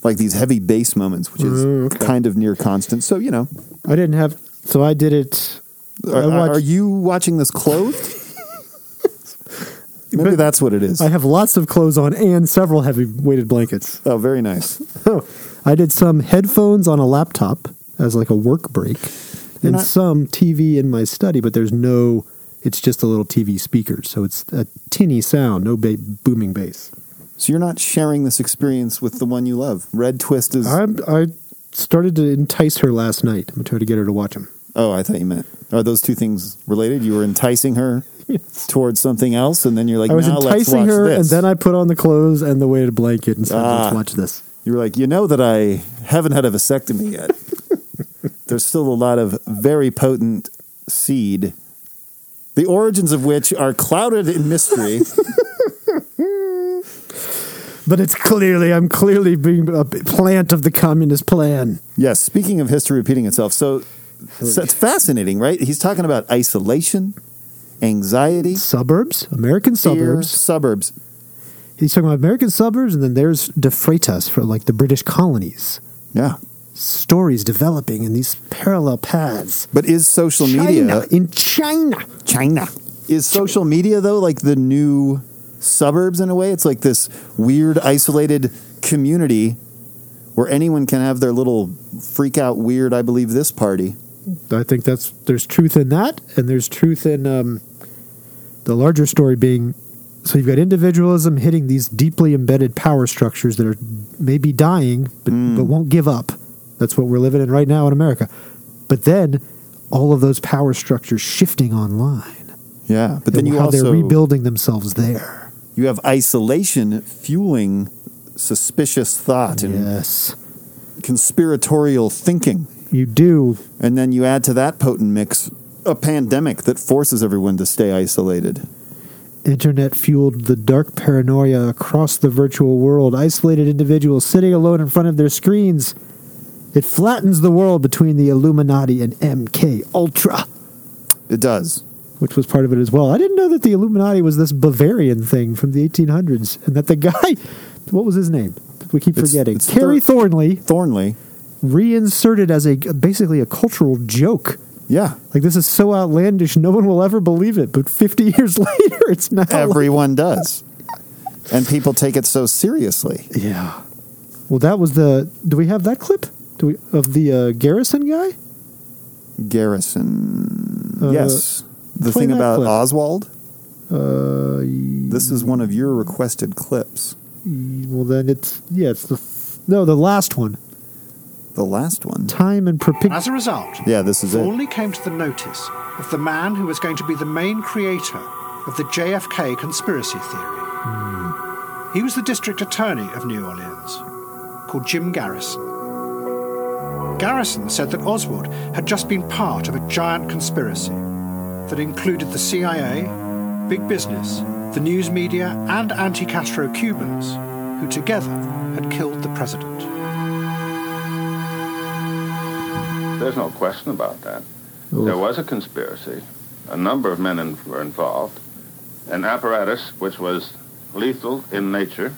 S4: like these heavy bass moments, which
S5: Uh,
S4: is kind of near constant. So you know,
S5: I didn't have so I did it I
S4: are,
S5: watch-
S4: are you watching this clothed? Maybe
S5: But-
S4: that's what it is.
S5: I have lots of clothes on and several heavy weighted blankets.
S4: oh, very nice.
S5: Oh, I did some headphones on a laptop as like a work break,
S4: You're
S5: and
S4: not-
S5: some TV in my study. But there's no. It's just a little TV speaker, so it's a tinny sound, no ba- booming bass.
S4: So you're not sharing this experience with the one you love. Red Twist is.
S5: I I started to entice her last night. I'm gonna try to get her to watch him.
S4: Oh, I thought you meant. Are those two things related? You were enticing her towards something else, and then you're like,
S5: I was
S4: now let's
S5: enticing
S4: watch
S5: her,
S4: this.
S5: and then I put on the clothes and the weighted blanket and said,
S4: Ah.
S5: "Let's watch this."
S4: you were like, you know that I haven't had a vasectomy yet. There's still a lot of very potent seed, the origins of which are clouded in mystery.
S5: But it's clearly I'm clearly being a plant of the communist plan.
S4: Yes. Speaking of history repeating itself, so, so it's fascinating, right? He's talking about isolation, anxiety,
S5: Suburbs, American
S4: fear,
S5: suburbs.
S4: suburbs.
S5: He's talking about American suburbs, and then there's De Freitas for like the British colonies.
S4: Yeah.
S5: Stories developing in these parallel paths.
S4: But is social media
S5: China, in China.
S4: China is social media though like the new suburbs in a way? It's like this weird isolated community where anyone can have their little freak out weird I believe this party.
S5: I think that's there's truth in that, and there's truth in um, The larger story being so you've got individualism hitting these deeply embedded power structures that are maybe dying but,
S4: Hmm.
S5: but won't give up. That's what we're living in right now in America. But then all of those power structures shifting online.
S4: Yeah, but then
S5: and
S4: you
S5: how
S4: also
S5: they're rebuilding themselves there.
S4: you have isolation fueling suspicious thought and
S5: Yes.
S4: conspiratorial thinking,
S5: You do
S4: and then you add to that potent mix a pandemic that forces everyone to stay isolated.
S5: Internet fueled the dark paranoia across the virtual world, isolated individuals sitting alone in front of their screens. It flattens the world between the Illuminati and MK Ultra,
S4: It does.
S5: which was part of it as well. I didn't know that the Illuminati was this Bavarian thing from the 1800s and that the guy, what was his name? We keep
S4: It's-
S5: forgetting.
S4: it's
S5: Carrie
S4: Thor-
S5: Thornley
S4: Thornley.
S5: reinserted as a basically a cultural joke.
S4: Yeah.
S5: Like this is so outlandish, no one will ever believe it. But 50 years later, it's now like-
S4: Everyone does. And people take it so seriously.
S5: Yeah. Well, that was the. Do we have that clip? Do we of the uh, Garrison guy?
S4: Garrison.
S5: Uh,
S4: yes. The
S5: play
S4: thing
S5: that
S4: about
S5: clip.
S4: Oswald,
S5: Uh, y-
S4: this is one of your requested clips.
S5: y- well, then it's yeah, it's the no, the last one.
S4: The last one.
S5: Time and perpic.
S2: As a result,
S4: Yeah, this is it.
S2: Thornley came to the notice of the man who was going to be the main creator of the JFK conspiracy theory.
S4: Hmm.
S2: He was the district attorney of New Orleans, called Jim Garrison. Garrison said that Oswald had just been part of a giant conspiracy that included the CIA, big business, the news media, and anti Castro Cubans, who together had killed the president.
S11: There's no question about that. There was a conspiracy. A number of men in, were involved. An apparatus which was lethal in nature,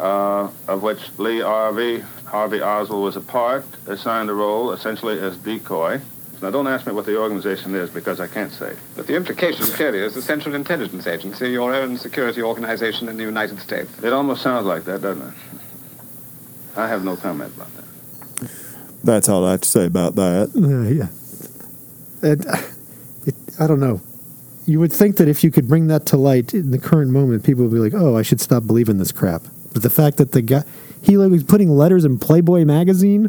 S11: uh, of which Lee Harvey, Harvey Oswald was a part, assigned a role essentially as decoy. Now, don't ask me what the organization is because I can't say.
S9: But the implication clearly is the Central Intelligence Agency, your own security organization in the United States.
S11: It almost sounds like that, doesn't it? I have no comment about that.
S4: That's all I have to say about that.
S5: Uh, yeah. And, uh, it, I don't know. You would think that if you could bring that to light in the current moment, people would be like, "Oh, I should stop believing this crap." But the fact that the guy he like was putting letters in Playboy magazine,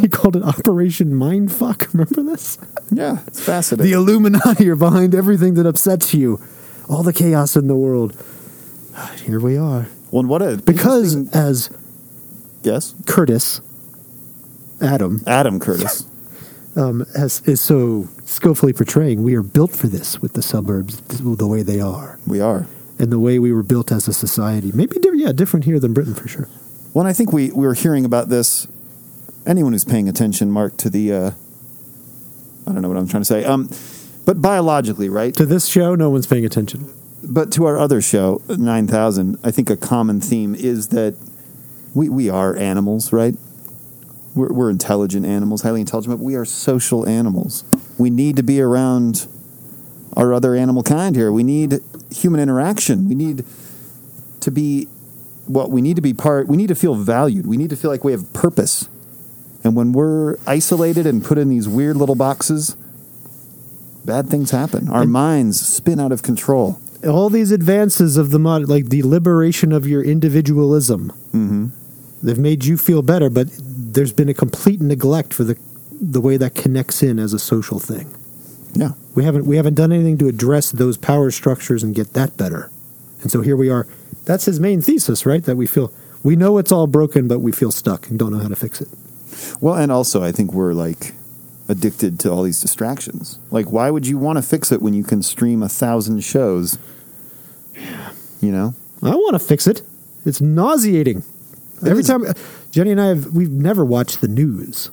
S5: he called it Operation Mindfuck. Remember this?
S4: Yeah, it's fascinating.
S5: The Illuminati are behind everything that upsets you, all the chaos in the world. Here we are.
S4: well, and what a
S5: Because
S4: interesting-
S5: as
S4: yes,
S5: Curtis, Adam,
S4: Adam Curtis.
S5: um, has, is so skillfully portraying, we are built for this with the suburbs the way they are
S4: we are.
S5: and the way we were built as a society. Maybe, di- yeah, different here than Britain for sure.
S4: Well, and I think we, we were hearing about this. Anyone who's paying attention, Mark, to the uh, I don't know what I'm trying to say. Um, but biologically, right?
S5: To this show, no one's paying attention.
S4: but to our other show, 9000, I think a common theme is that we, we are animals, right? We're, we're intelligent animals, highly intelligent, but we are social animals. We need to be around our other animal kind here. We need human interaction. We need to be what we need to be part, we need to feel valued. We need to feel like we have purpose. And when we're isolated and put in these weird little boxes, bad things happen. Our minds spin out of control.
S5: All these advances of the mod, like the liberation of your individualism,
S4: Mm-hmm.
S5: they've made you feel better, but there's been a complete neglect for the the way that connects in as a social thing.
S4: Yeah.
S5: We haven't we haven't done anything to address those power structures and get that better. And so here we are. That's his main thesis, right? That we feel we know it's all broken, but we feel stuck and don't know how to fix it.
S4: Well, and also I think we're like addicted to all these distractions. Like, why would you want to fix it when you can stream a thousand shows? You know,
S5: I want to fix it. It's nauseating. Every
S4: is.
S5: time Jenny and I have we've never watched the news.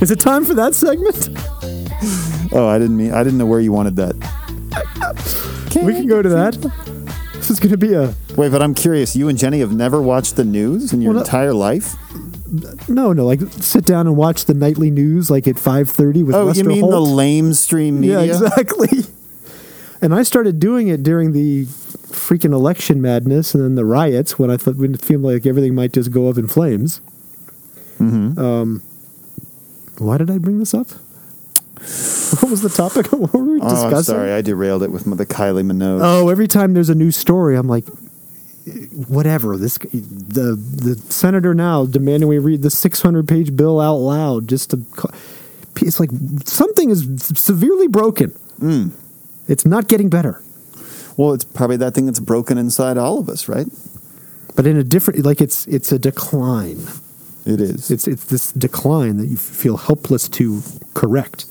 S5: Is it time for that segment?
S4: oh, I didn't mean, I didn't know where you wanted that.
S5: We can go to that. This is going to be a
S4: Wait, but I'm curious. You and Jenny have never watched the news in your
S5: Well, no-
S4: entire life.
S5: no, no. Like sit down and watch the nightly news, like at five thirty with
S4: Oh,
S5: Lester
S4: you mean the
S5: Holt.
S4: lamestream media?
S5: Yeah, exactly. And I started doing it during the freaking election madness and then the riots when I thought when it seemed like everything might just go up in flames.
S4: Mhm.
S5: Um, why did I bring this up? What was the topic? What were we
S4: Oh, I'm
S5: discussing?
S4: sorry, I derailed it with my, the Kylie Minogue.
S5: Oh, every time there's a new story, I'm like, whatever. This the the senator now demanding we read the 600 page bill out loud just to. ca- It's like something is severely broken. It's not getting better,
S4: Well, it's probably that thing that's broken inside all of us, right?
S5: but in a different like it's it's a decline.
S4: It is.
S5: It's it's this decline that you feel helpless to correct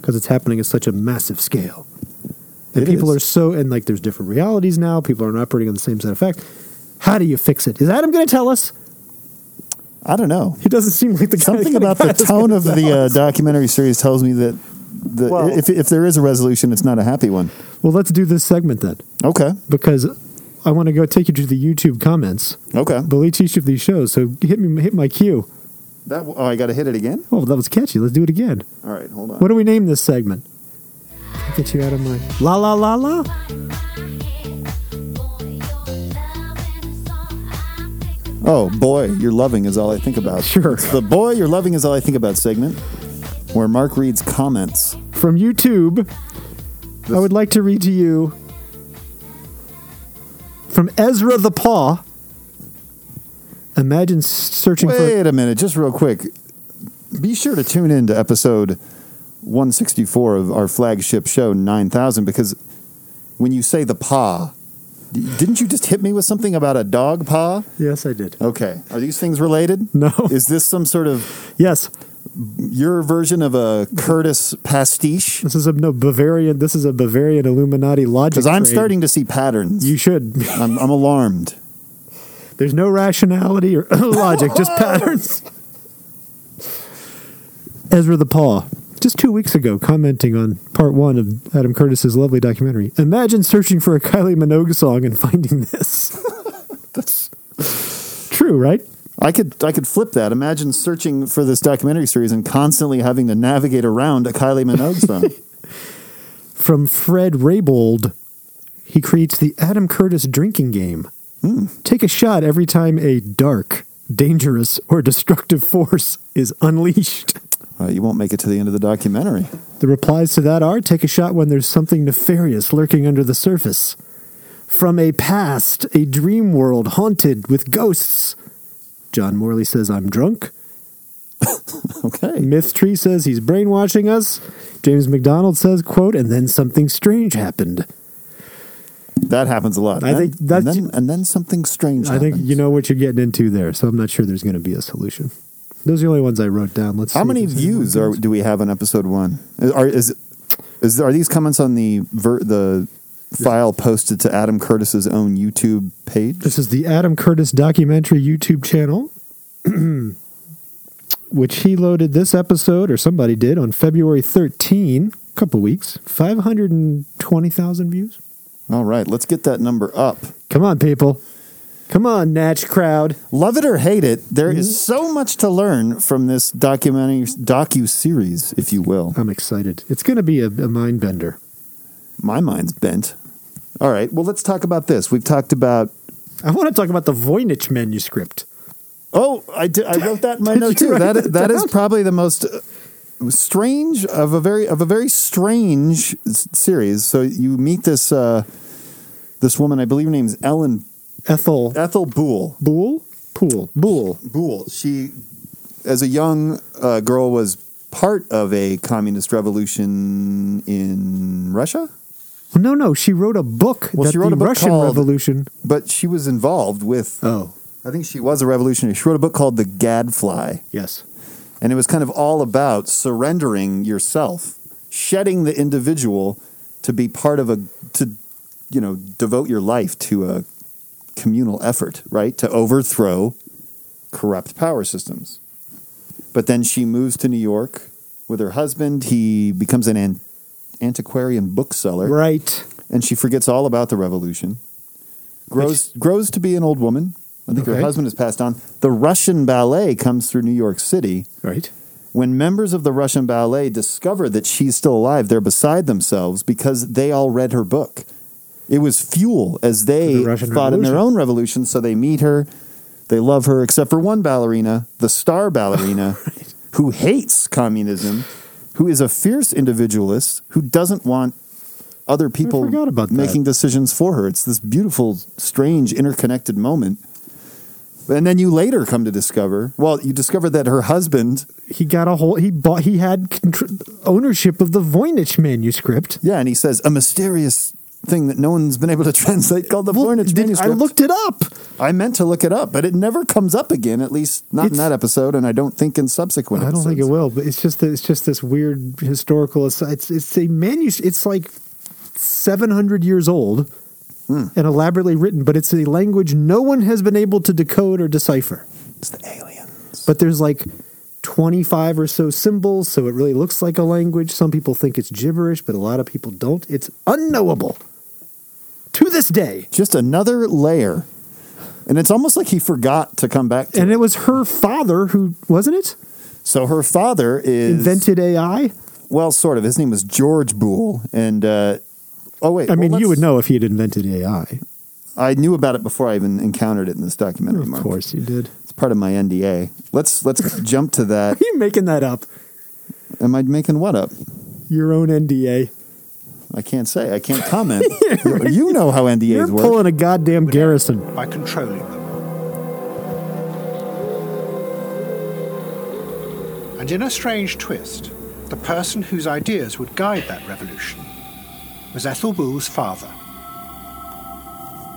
S5: because it's happening at such a massive scale.
S4: It
S5: And people
S4: is.
S5: are so and like there's different realities now. People aren't operating on the same set of facts. How do you fix it? Is Adam going to tell us?
S4: I don't know.
S5: He doesn't seem like the guy
S4: Something
S5: that-
S4: about the tone of the uh, documentary series tells me that the,
S5: Well-
S4: if, if there is a resolution, it's not a happy one.
S5: Well, let's do this segment then
S4: Okay.
S5: because I want to go take you to the YouTube comments.
S4: Okay.
S5: They'll each each of these shows. So hit me, hit my cue.
S4: That, oh, I got to hit it again?
S5: Oh, that was catchy. Let's do it again.
S4: All right, hold on.
S5: What do we name this segment? Get you out of my la la la la.
S4: Oh, boy, you're loving is all I think about.
S5: Sure.
S4: It's the boy, you're loving is all I think about segment where Mark reads comments.
S5: from YouTube. I would like to read to you from Ezra the Paw. Imagine s- searching
S4: Wait a minute, just real quick. Be sure to tune in to episode 164 of our flagship show 9000 because when you say the paw, d- didn't you just hit me with something about a dog paw?
S5: for. Yes, I did.
S4: Okay. Are these things related?
S5: No.
S4: Is this some sort of
S5: Yes,
S4: your version of a Curtis pastiche?
S5: this is a no Bavarian. This is a Bavarian Illuminati logic.
S4: Because I'm
S5: trade.
S4: starting to see patterns.
S5: You should.
S4: I'm, I'm alarmed.
S5: There's no rationality or logic, just patterns. Ezra the Paw, just two weeks ago, commenting on part one of Adam Curtis's lovely documentary. Imagine searching for a Kylie Minogue song and finding this.
S4: That's.
S5: True, right?
S4: I could I could flip that. Imagine searching for this documentary series and constantly having to navigate around a Kylie Minogue song.
S5: From Fred Raybold, he creates the Adam Curtis drinking game. Take a shot every time a dark, dangerous, or destructive force is unleashed.
S4: Uh, you won't make it to the end of the documentary.
S5: The replies to that are take a shot when there's something nefarious lurking under the surface. From a past, a dream world haunted with ghosts. John Morley says, I'm drunk.
S4: Okay.
S5: Myth Tree says he's brainwashing us. James McDonald says, quote, and then something strange happened.
S4: That happens a lot.
S5: I
S4: And-
S5: think that's-
S4: and then, and then something strange
S5: I think
S4: happens.
S5: you know what you're getting into there, so I'm not sure there's going to be a solution. Those are the only ones I wrote down. Let's.
S4: How
S5: see if
S4: many
S5: there's anyone
S4: views are
S5: else.
S4: do we have on episode 1? Are is is are these comments on the ver, the file posted to Adam Curtis's own YouTube page?
S5: This is the Adam Curtis documentary YouTube channel, which he loaded this episode, or somebody did, on February 13, a couple weeks, 520,000 views.
S4: All right, let's get that number up.
S5: Come on, people. Come on, Natch crowd.
S4: Love it or hate it, there
S5: Mm-hmm.
S4: is so much to learn from this documentary docu series, if you will.
S5: I'm excited. It's going to be a, a mind bender.
S4: My mind's bent. All right, well, let's talk about this. We've talked about.
S5: I want to talk about the Voynich manuscript.
S4: Oh, I, did, I wrote that in my
S5: Did
S4: note
S5: you
S4: too.
S5: write
S4: That,
S5: that
S4: that is
S5: down?
S4: probably the most uh, strange of a very of a very strange s- series. So you meet this uh, this woman, I believe her name's Ellen
S5: Ethel
S4: Ethel Boole.
S5: Boole? Pool.
S4: Boole. Boole. She, as a young uh, girl, was part of a communist revolution in Russia,
S5: Well, no, no. She wrote a book
S4: Well,
S5: that
S4: she wrote
S5: the
S4: a book
S5: Russian
S4: called-
S5: Revolution.
S4: but she was involved with.
S5: Oh,
S4: I think she was a revolutionary. She wrote a book called The Gadfly,
S5: yes.
S4: and it was kind of all about surrendering yourself, shedding the individual to be part of a to, you know, devote your life to a communal effort, right? To overthrow corrupt power systems. But then she moves to New York with her husband. He becomes an, an antiquarian bookseller,
S5: Right.
S4: and she forgets all about the revolution. Grows grows to be an old woman. I think
S5: Okay.
S4: her husband has passed on. The Russian ballet comes through New York City.
S5: Right.
S4: When members of the Russian ballet discover that she's still alive, they're beside themselves because they all read her book. It was fuel as they
S5: For the
S4: fought
S5: Russian
S4: in their
S5: Revolution.
S4: own revolution. So they meet her, they love her, except for one ballerina, the star ballerina, who hates communism who is a fierce individualist who doesn't want other people
S5: forgot about that.
S4: making decisions for her. It's this beautiful, strange, interconnected moment. And then you later come to discover, well, you discover that her husband,
S5: He got a whole. He bought. He had contr- ownership of the Voynich manuscript.
S4: yeah, and he says a mysterious thing that no one's been able to translate called the Voynich
S5: Did- I
S4: manuscript.
S5: looked it up.
S4: I meant to look it up, but it never comes up again. At least not in
S5: It's-
S4: that episode, and I don't think in subsequent.
S5: I don't think it
S4: episodes.
S5: will, but it's just that it's just this weird historical. assi- It's it's a manuscript. It's like seven hundred years old
S4: Hmm.
S5: and elaborately written, but it's a language no one has been able to decode or decipher.
S4: It's the aliens.
S5: But there's like twenty five or so symbols, so it really looks like a language. Some people think it's gibberish, but a lot of people don't. It's unknowable to this day.
S4: just another layer, and it's almost like he forgot to come back. to
S5: And
S4: it.
S5: it was her father who wasn't it
S4: So her father is
S5: invented AI.
S4: Well, sort of. His name was George Boole, and uh, oh wait,
S5: I
S4: well,
S5: mean, you
S4: let's-
S5: would know if he had invented AI.
S4: I knew about it before I even encountered it in this documentary.
S5: Of
S4: Mark.
S5: course, you did.
S4: it's part of my NDA. Let's let's jump to that.
S5: Are you making that up?
S4: Am I making what up?
S5: Your own NDA.
S4: I can't say. I can't comment. You- You know how NDAs
S5: You're
S4: work.
S5: pulling a goddamn garrison.
S2: by controlling them. And in a strange twist, the person whose ideas would guide that revolution was Ethel Boole's father.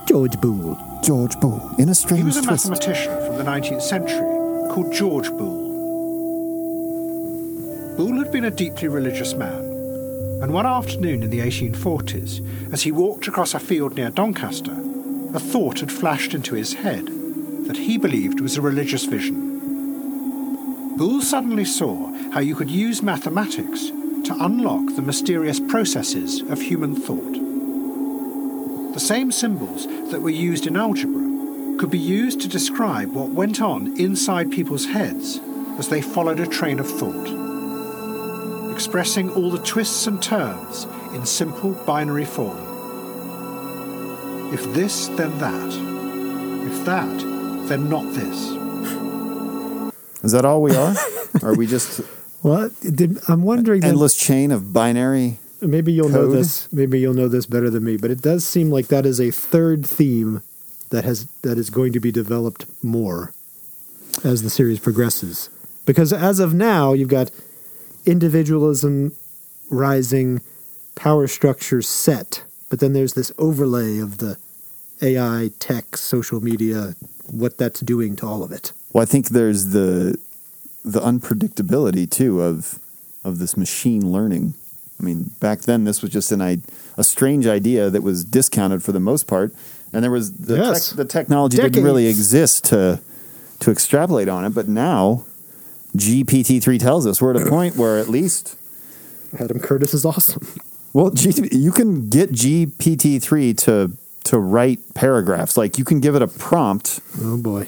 S5: George Boole.
S4: George Boole in a strange
S2: He was a
S4: twist.
S2: mathematician from the 19th century called George Boole. Boole had been a deeply religious man, and one afternoon in the 1840s, as he walked across a field near Doncaster, a thought had flashed into his head that he believed was a religious vision. Boole suddenly saw how you could use mathematics to unlock the mysterious processes of human thought. The same symbols that were used in algebra could be used to describe what went on inside people's heads as they followed a train of thought, expressing all the twists and turns in simple binary form. If this, then that. If that, then not this.
S4: Is that all we are? are we just
S5: Well, did, I'm wondering. then-
S4: endless chain of binary?
S5: maybe you'll know
S4: code?
S5: this. Maybe you'll know this better than me. But it does seem like that is a third theme that has that is going to be developed more as the series progresses. Because as of now, you've got individualism rising, power structure set, but then there's this overlay of the AI, tech, social media, what that's doing to all of it.
S4: Well, I think there's the the unpredictability too of of this machine learning. I mean, back then this was just an I- a strange idea that was discounted for the most part, and there was the
S5: Yes.
S4: tech, the technology didn't really
S5: Decades.
S4: exist to to extrapolate on it. But now GPT three tells us we're at a point where at least
S5: Adam Curtis is awesome.
S4: well, G- you can get GPT three to to write paragraphs. Like you can give it a prompt.
S5: Oh boy.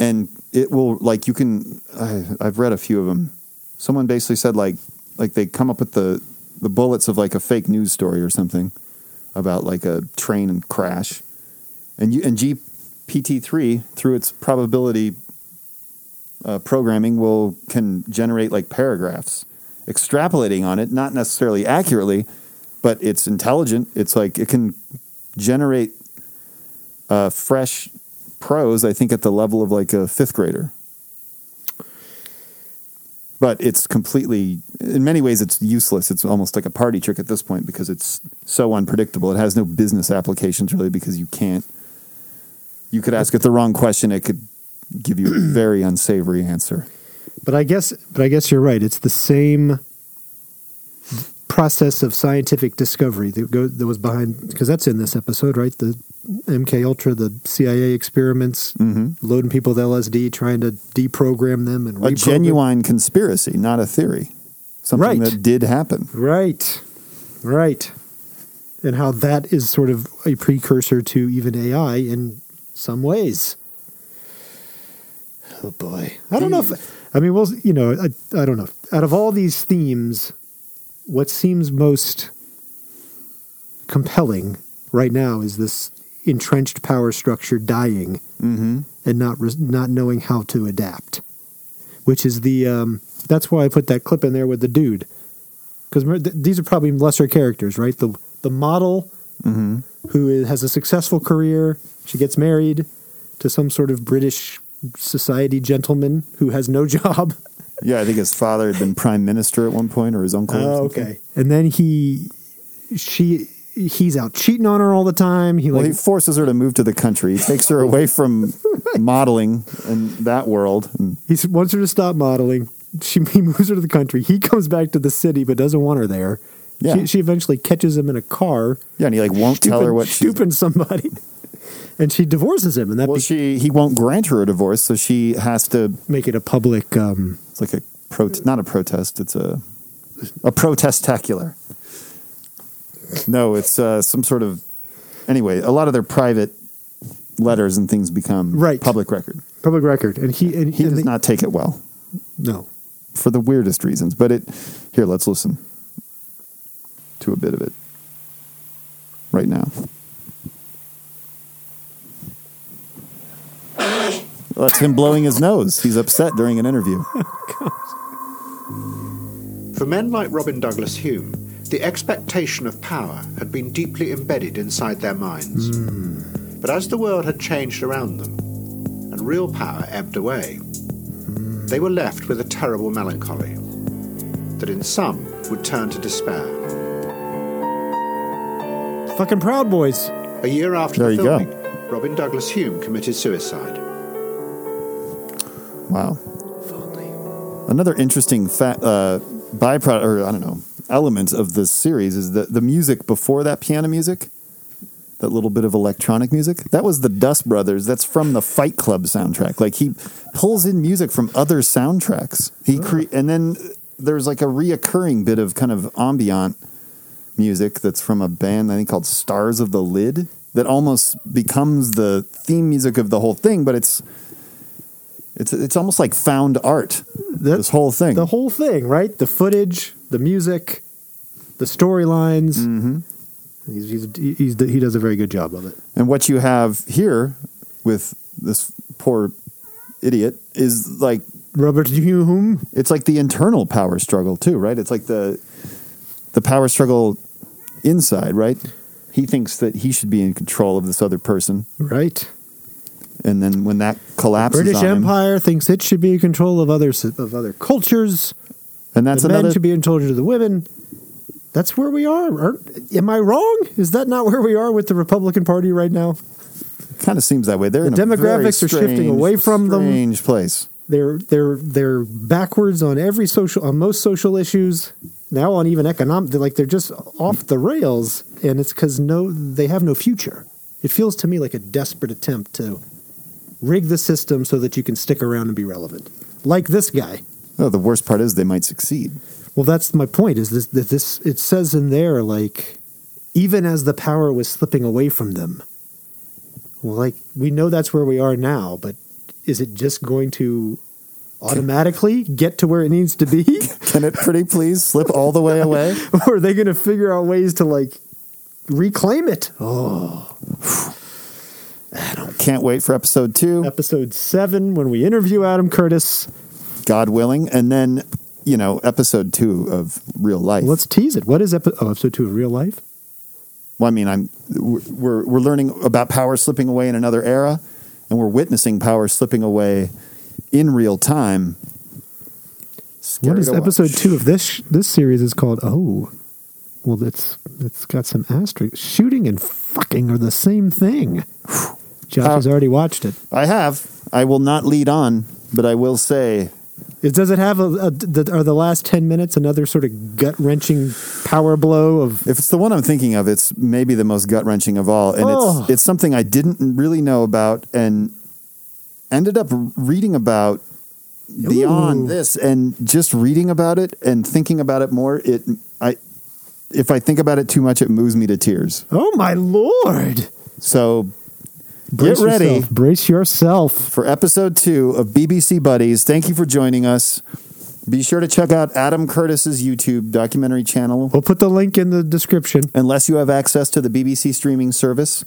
S4: and it will like you can I, i've read a few of them someone basically said like like they come up with the the bullets of like a fake news story or something about like a train and crash and you and gpt-3 through its probability uh, programming will can generate like paragraphs extrapolating on it not necessarily accurately but it's intelligent it's like it can generate uh, fresh prose, I think, at the level of like a fifth grader. But it's completely, in many ways, it's useless. It's almost like a party trick at this point because it's so unpredictable. It has no business applications really because you can't. You could ask it the wrong question; it could give you a very unsavory answer.
S5: But I guess, but I guess you're right. It's the same process of scientific discovery that go, that was behind because that's in this episode, right? The MK Ultra, the CIA experiments, loading people with LSD, trying to deprogram them and
S4: Mm-hmm. A
S5: reprogram-
S4: genuine conspiracy, not a theory. Something
S5: Right.
S4: that did happen.
S5: right, right, and how that is sort of a precursor to even AI in some ways. Oh boy, I don't know if I mean, well, you know, I, I don't know. Out of all these themes, what seems most compelling right now is this entrenched power structure dying
S4: Mm-hmm.
S5: and not res- not knowing how to adapt. which is the um, that's why I put that clip in there with the dude because th- these are probably lesser characters, right? The the model
S4: Mm-hmm.
S5: who is, has a successful career, she gets married to some sort of British society gentleman who has no job.
S4: Yeah, I think his father had been prime minister at one point, or his uncle. or
S5: Oh,
S4: something.
S5: okay. And then he, she, he's out cheating on her all the time. He
S4: Well,
S5: like
S4: he forces her to move to the country. He takes her away from modeling and that world. And
S5: he s- wants her to stop modeling. She he moves her to the country. He comes back to the city, but doesn't want her there.
S4: Yeah.
S5: She, she eventually catches him in a car.
S4: yeah, and he like won't tell her what she's
S5: stupid somebody, and she divorces him, and that
S4: Well,
S5: be-
S4: she he won't grant her a divorce, so she has to.
S5: make it a public. Um,
S4: It's like a pro, not a protest. It's a a protestacular. No, it's uh, some sort of. Anyway, a lot of their private letters and things become
S5: Right.
S4: public record.
S5: Public record, and he and
S4: He
S5: and
S4: does
S5: the-
S4: not take it well
S5: No,
S4: for the weirdest reasons. But it here, let's listen to a bit of it right now. That's him blowing his nose. He's upset during an interview.
S2: For men like Robin Douglas Hume, the expectation of power had been deeply embedded inside their minds.
S4: Hmm.
S2: But as the world had changed around them, and real power ebbed away,
S4: Hmm.
S2: they were left with a terrible melancholy that in some would turn to despair.
S5: fucking Proud Boys.
S2: A year after
S4: There
S2: the
S4: you go.
S2: filming, Robin Douglas Hume committed suicide.
S4: Wow. Another interesting fa- uh, byproduct, or I don't know, element of this series is that the music before that piano music, that little bit of electronic music, that was the Dust Brothers. That's from the Fight Club soundtrack. Like he pulls in music from other soundtracks. He cre- and then there's like a reoccurring bit of kind of ambient music that's from a band I think called Stars of the Lid that almost becomes the theme music of the whole thing, but it's it's it's almost like found art.
S5: That-
S4: this whole thing.
S5: The whole thing, right? The footage, the music, the storylines.
S4: Mhm.
S5: He's, he's, he's, he does a very good job of it.
S4: And what you have here with this poor idiot is like
S5: Robert Hume.
S4: it's like the internal power struggle too, right? It's like the the power struggle inside, right? He thinks that he should be in control of this other person,
S5: Right.
S4: and then when that collapses,
S5: British
S4: on him-
S5: Empire thinks it should be in control of other, of other cultures.
S4: and that's
S5: the
S4: another
S5: men should be in control of the women. That's where we are. Aren't, am I wrong? Is that not where we are with the Republican Party right now?
S4: kind of seems that way. They're
S5: The
S4: in a very
S5: demographics are shifting
S4: strange-
S5: away from them.
S4: strange place.
S5: They're they're they're backwards on every social on most social issues now on even economic they're like they're just off the rails and it's because no they have no future. It feels to me like a desperate attempt to rig the system so that you can stick around and be relevant, like this guy.
S4: Oh, the worst part is they might succeed.
S5: Well, that's my point. Is this that this it says in there like even as the power was slipping away from them. Well, like we know that's where we are now, but is it just going to automatically get to where it needs to be,
S4: Can it pretty please slip all the way away?
S5: or are they going to figure out ways to like reclaim it? Oh,
S4: Can't wait for episode two,
S5: episode seven when we interview Adam Curtis.
S4: God willing, and then you know episode two of real life.
S5: Let's tease it. What is episode? Oh, episode two of Real Life.
S4: well, I mean, I'm we're we're learning about power slipping away in another era, and we're witnessing power slipping away in real time.
S5: What
S4: Scary
S5: is
S4: to watch.
S5: episode two of this this series is called? Oh, well, it's it's got some asterisks. Shooting and fucking are the same thing. Josh has already watched it.
S4: I have. I will not lead on, but I will say
S5: It does it have a, a the, are the last ten minutes another sort of gut wrenching power blow of
S4: If it's the one I'm thinking of, it's maybe the most gut wrenching of all, and
S5: Oh.
S4: it's it's something I didn't really know about, and ended up reading about beyond
S5: Ooh.
S4: this, and just reading about it and thinking about it more. It I if I think about it too much, it moves me to tears.
S5: oh my lord!
S4: So
S5: Brace
S4: get ready
S5: yourself. brace yourself.
S4: for episode two of BBC Buddies. Thank you for joining us. Be sure to check out Adam Curtis's YouTube documentary channel.
S5: We'll put the link in the description.
S4: unless you have access to the BBC streaming service.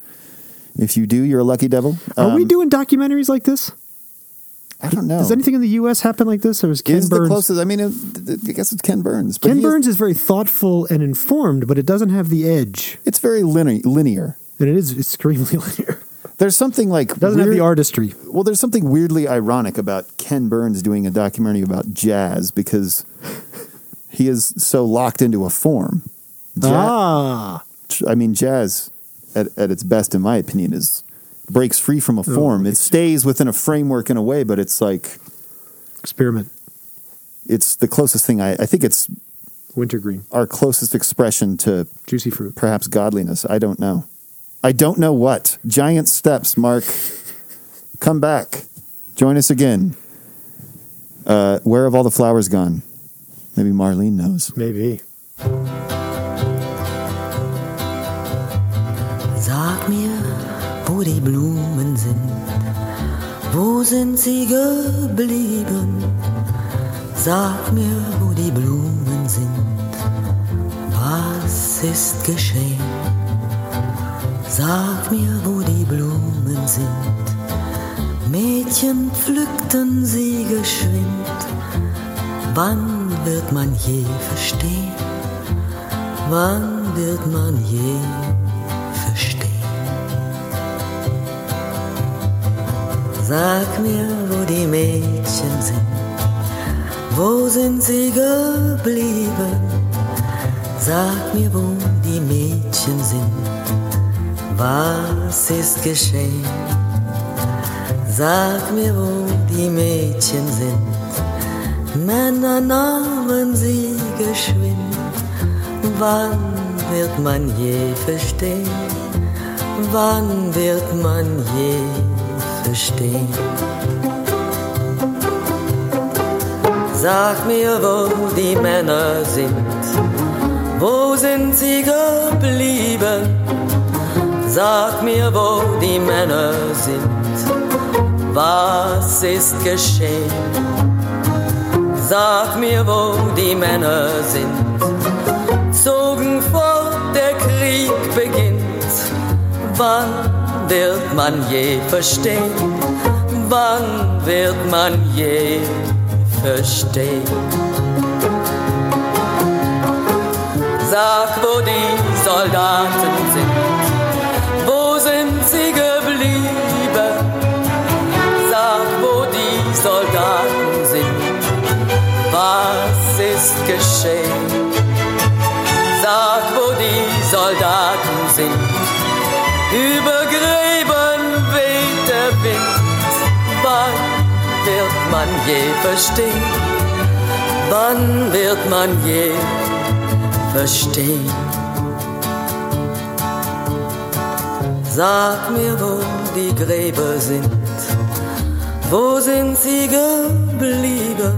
S4: If you do, you're a lucky devil.
S5: Are we
S4: Um,
S5: doing documentaries like this?
S4: I don't know.
S5: Does anything in the U.S. happen like this, or is Ken
S4: is the
S5: Burns?
S4: closest? I mean, it, I guess it's Ken Burns. but
S5: Ken
S4: he is-
S5: Burns is very thoughtful and informed, but it doesn't have the edge,
S4: it's very linear. Linear.
S5: and it is extremely linear.
S4: There's something like
S5: It doesn't have the artistry.
S4: Well, there's something weirdly ironic about Ken Burns doing a documentary about jazz because he is so locked into a form. Ja-
S5: Ah,
S4: I mean, jazz at, at its best, in my opinion, is breaks free from a form. it stays within a framework in a way, but it's like
S5: experiment.
S4: it's the closest thing. I, I think it's
S5: Wintergreen,
S4: our closest expression to
S5: juicy fruit.
S4: perhaps godliness. I don't know. I don't know what. Giant steps, Mark. Come back. Join us again. Uh, where have all the flowers gone? Maybe Marlene knows.
S5: Maybe.
S12: Sag mir, wo die Blumen sind, wo sind sie geblieben? Sag mir, wo die Blumen sind, was ist geschehen? Sag mir, wo die Blumen sind, Mädchen pflückten sie geschwind. Wann wird man je verstehen? Wann wird man je verstehen? Sag mir, wo die Mädchen sind, wo sind sie geblieben? Sag mir, wo die Mädchen sind, was ist geschehen? Sag mir, wo die Mädchen sind, Männer nahmen sie geschwind. Wann wird man je verstehen? Wann wird man je verstehen? Sag mir, wo die Männer sind, wo sind sie geblieben? Sag mir, wo die Männer sind, was ist geschehen? Sag mir, wo die Männer sind, zogen fort, der Krieg beginnt. Wann wird man je verstehen? Wann wird man je verstehen? Sag, wo die Soldaten sind, wo sind sie geblieben? Sag, wo die Soldaten sind, was ist geschehen? Sag, wo die Soldaten sind, über Gräben weht der Wind. Wann wird man je verstehen? Wann wird man je verstehen? Sag mir, wo die Gräber sind, wo sind sie geblieben?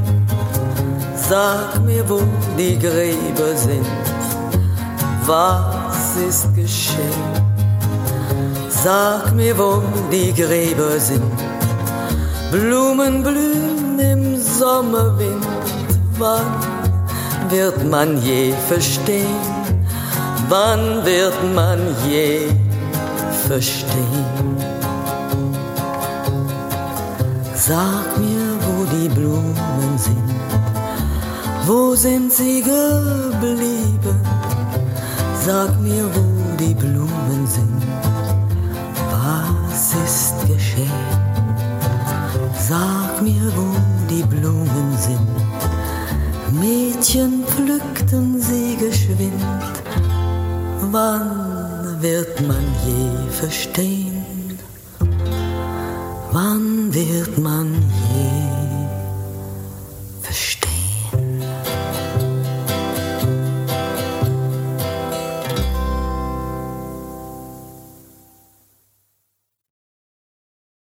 S12: Sag mir, wo die Gräber sind, was ist geschehen? Sag mir, wo die Gräber sind, Blumen blühen im Sommerwind. Wann wird man je verstehen? Wann wird man je verstehen? Sag mir, wo die Blumen sind, wo sind sie geblieben? Sag mir, wo die Blumen sind, was ist geschehen? Sag mir, wo die Blumen sind, Mädchen pflückten sie geschwind. Wann wird man je verstehen? Wann wird man je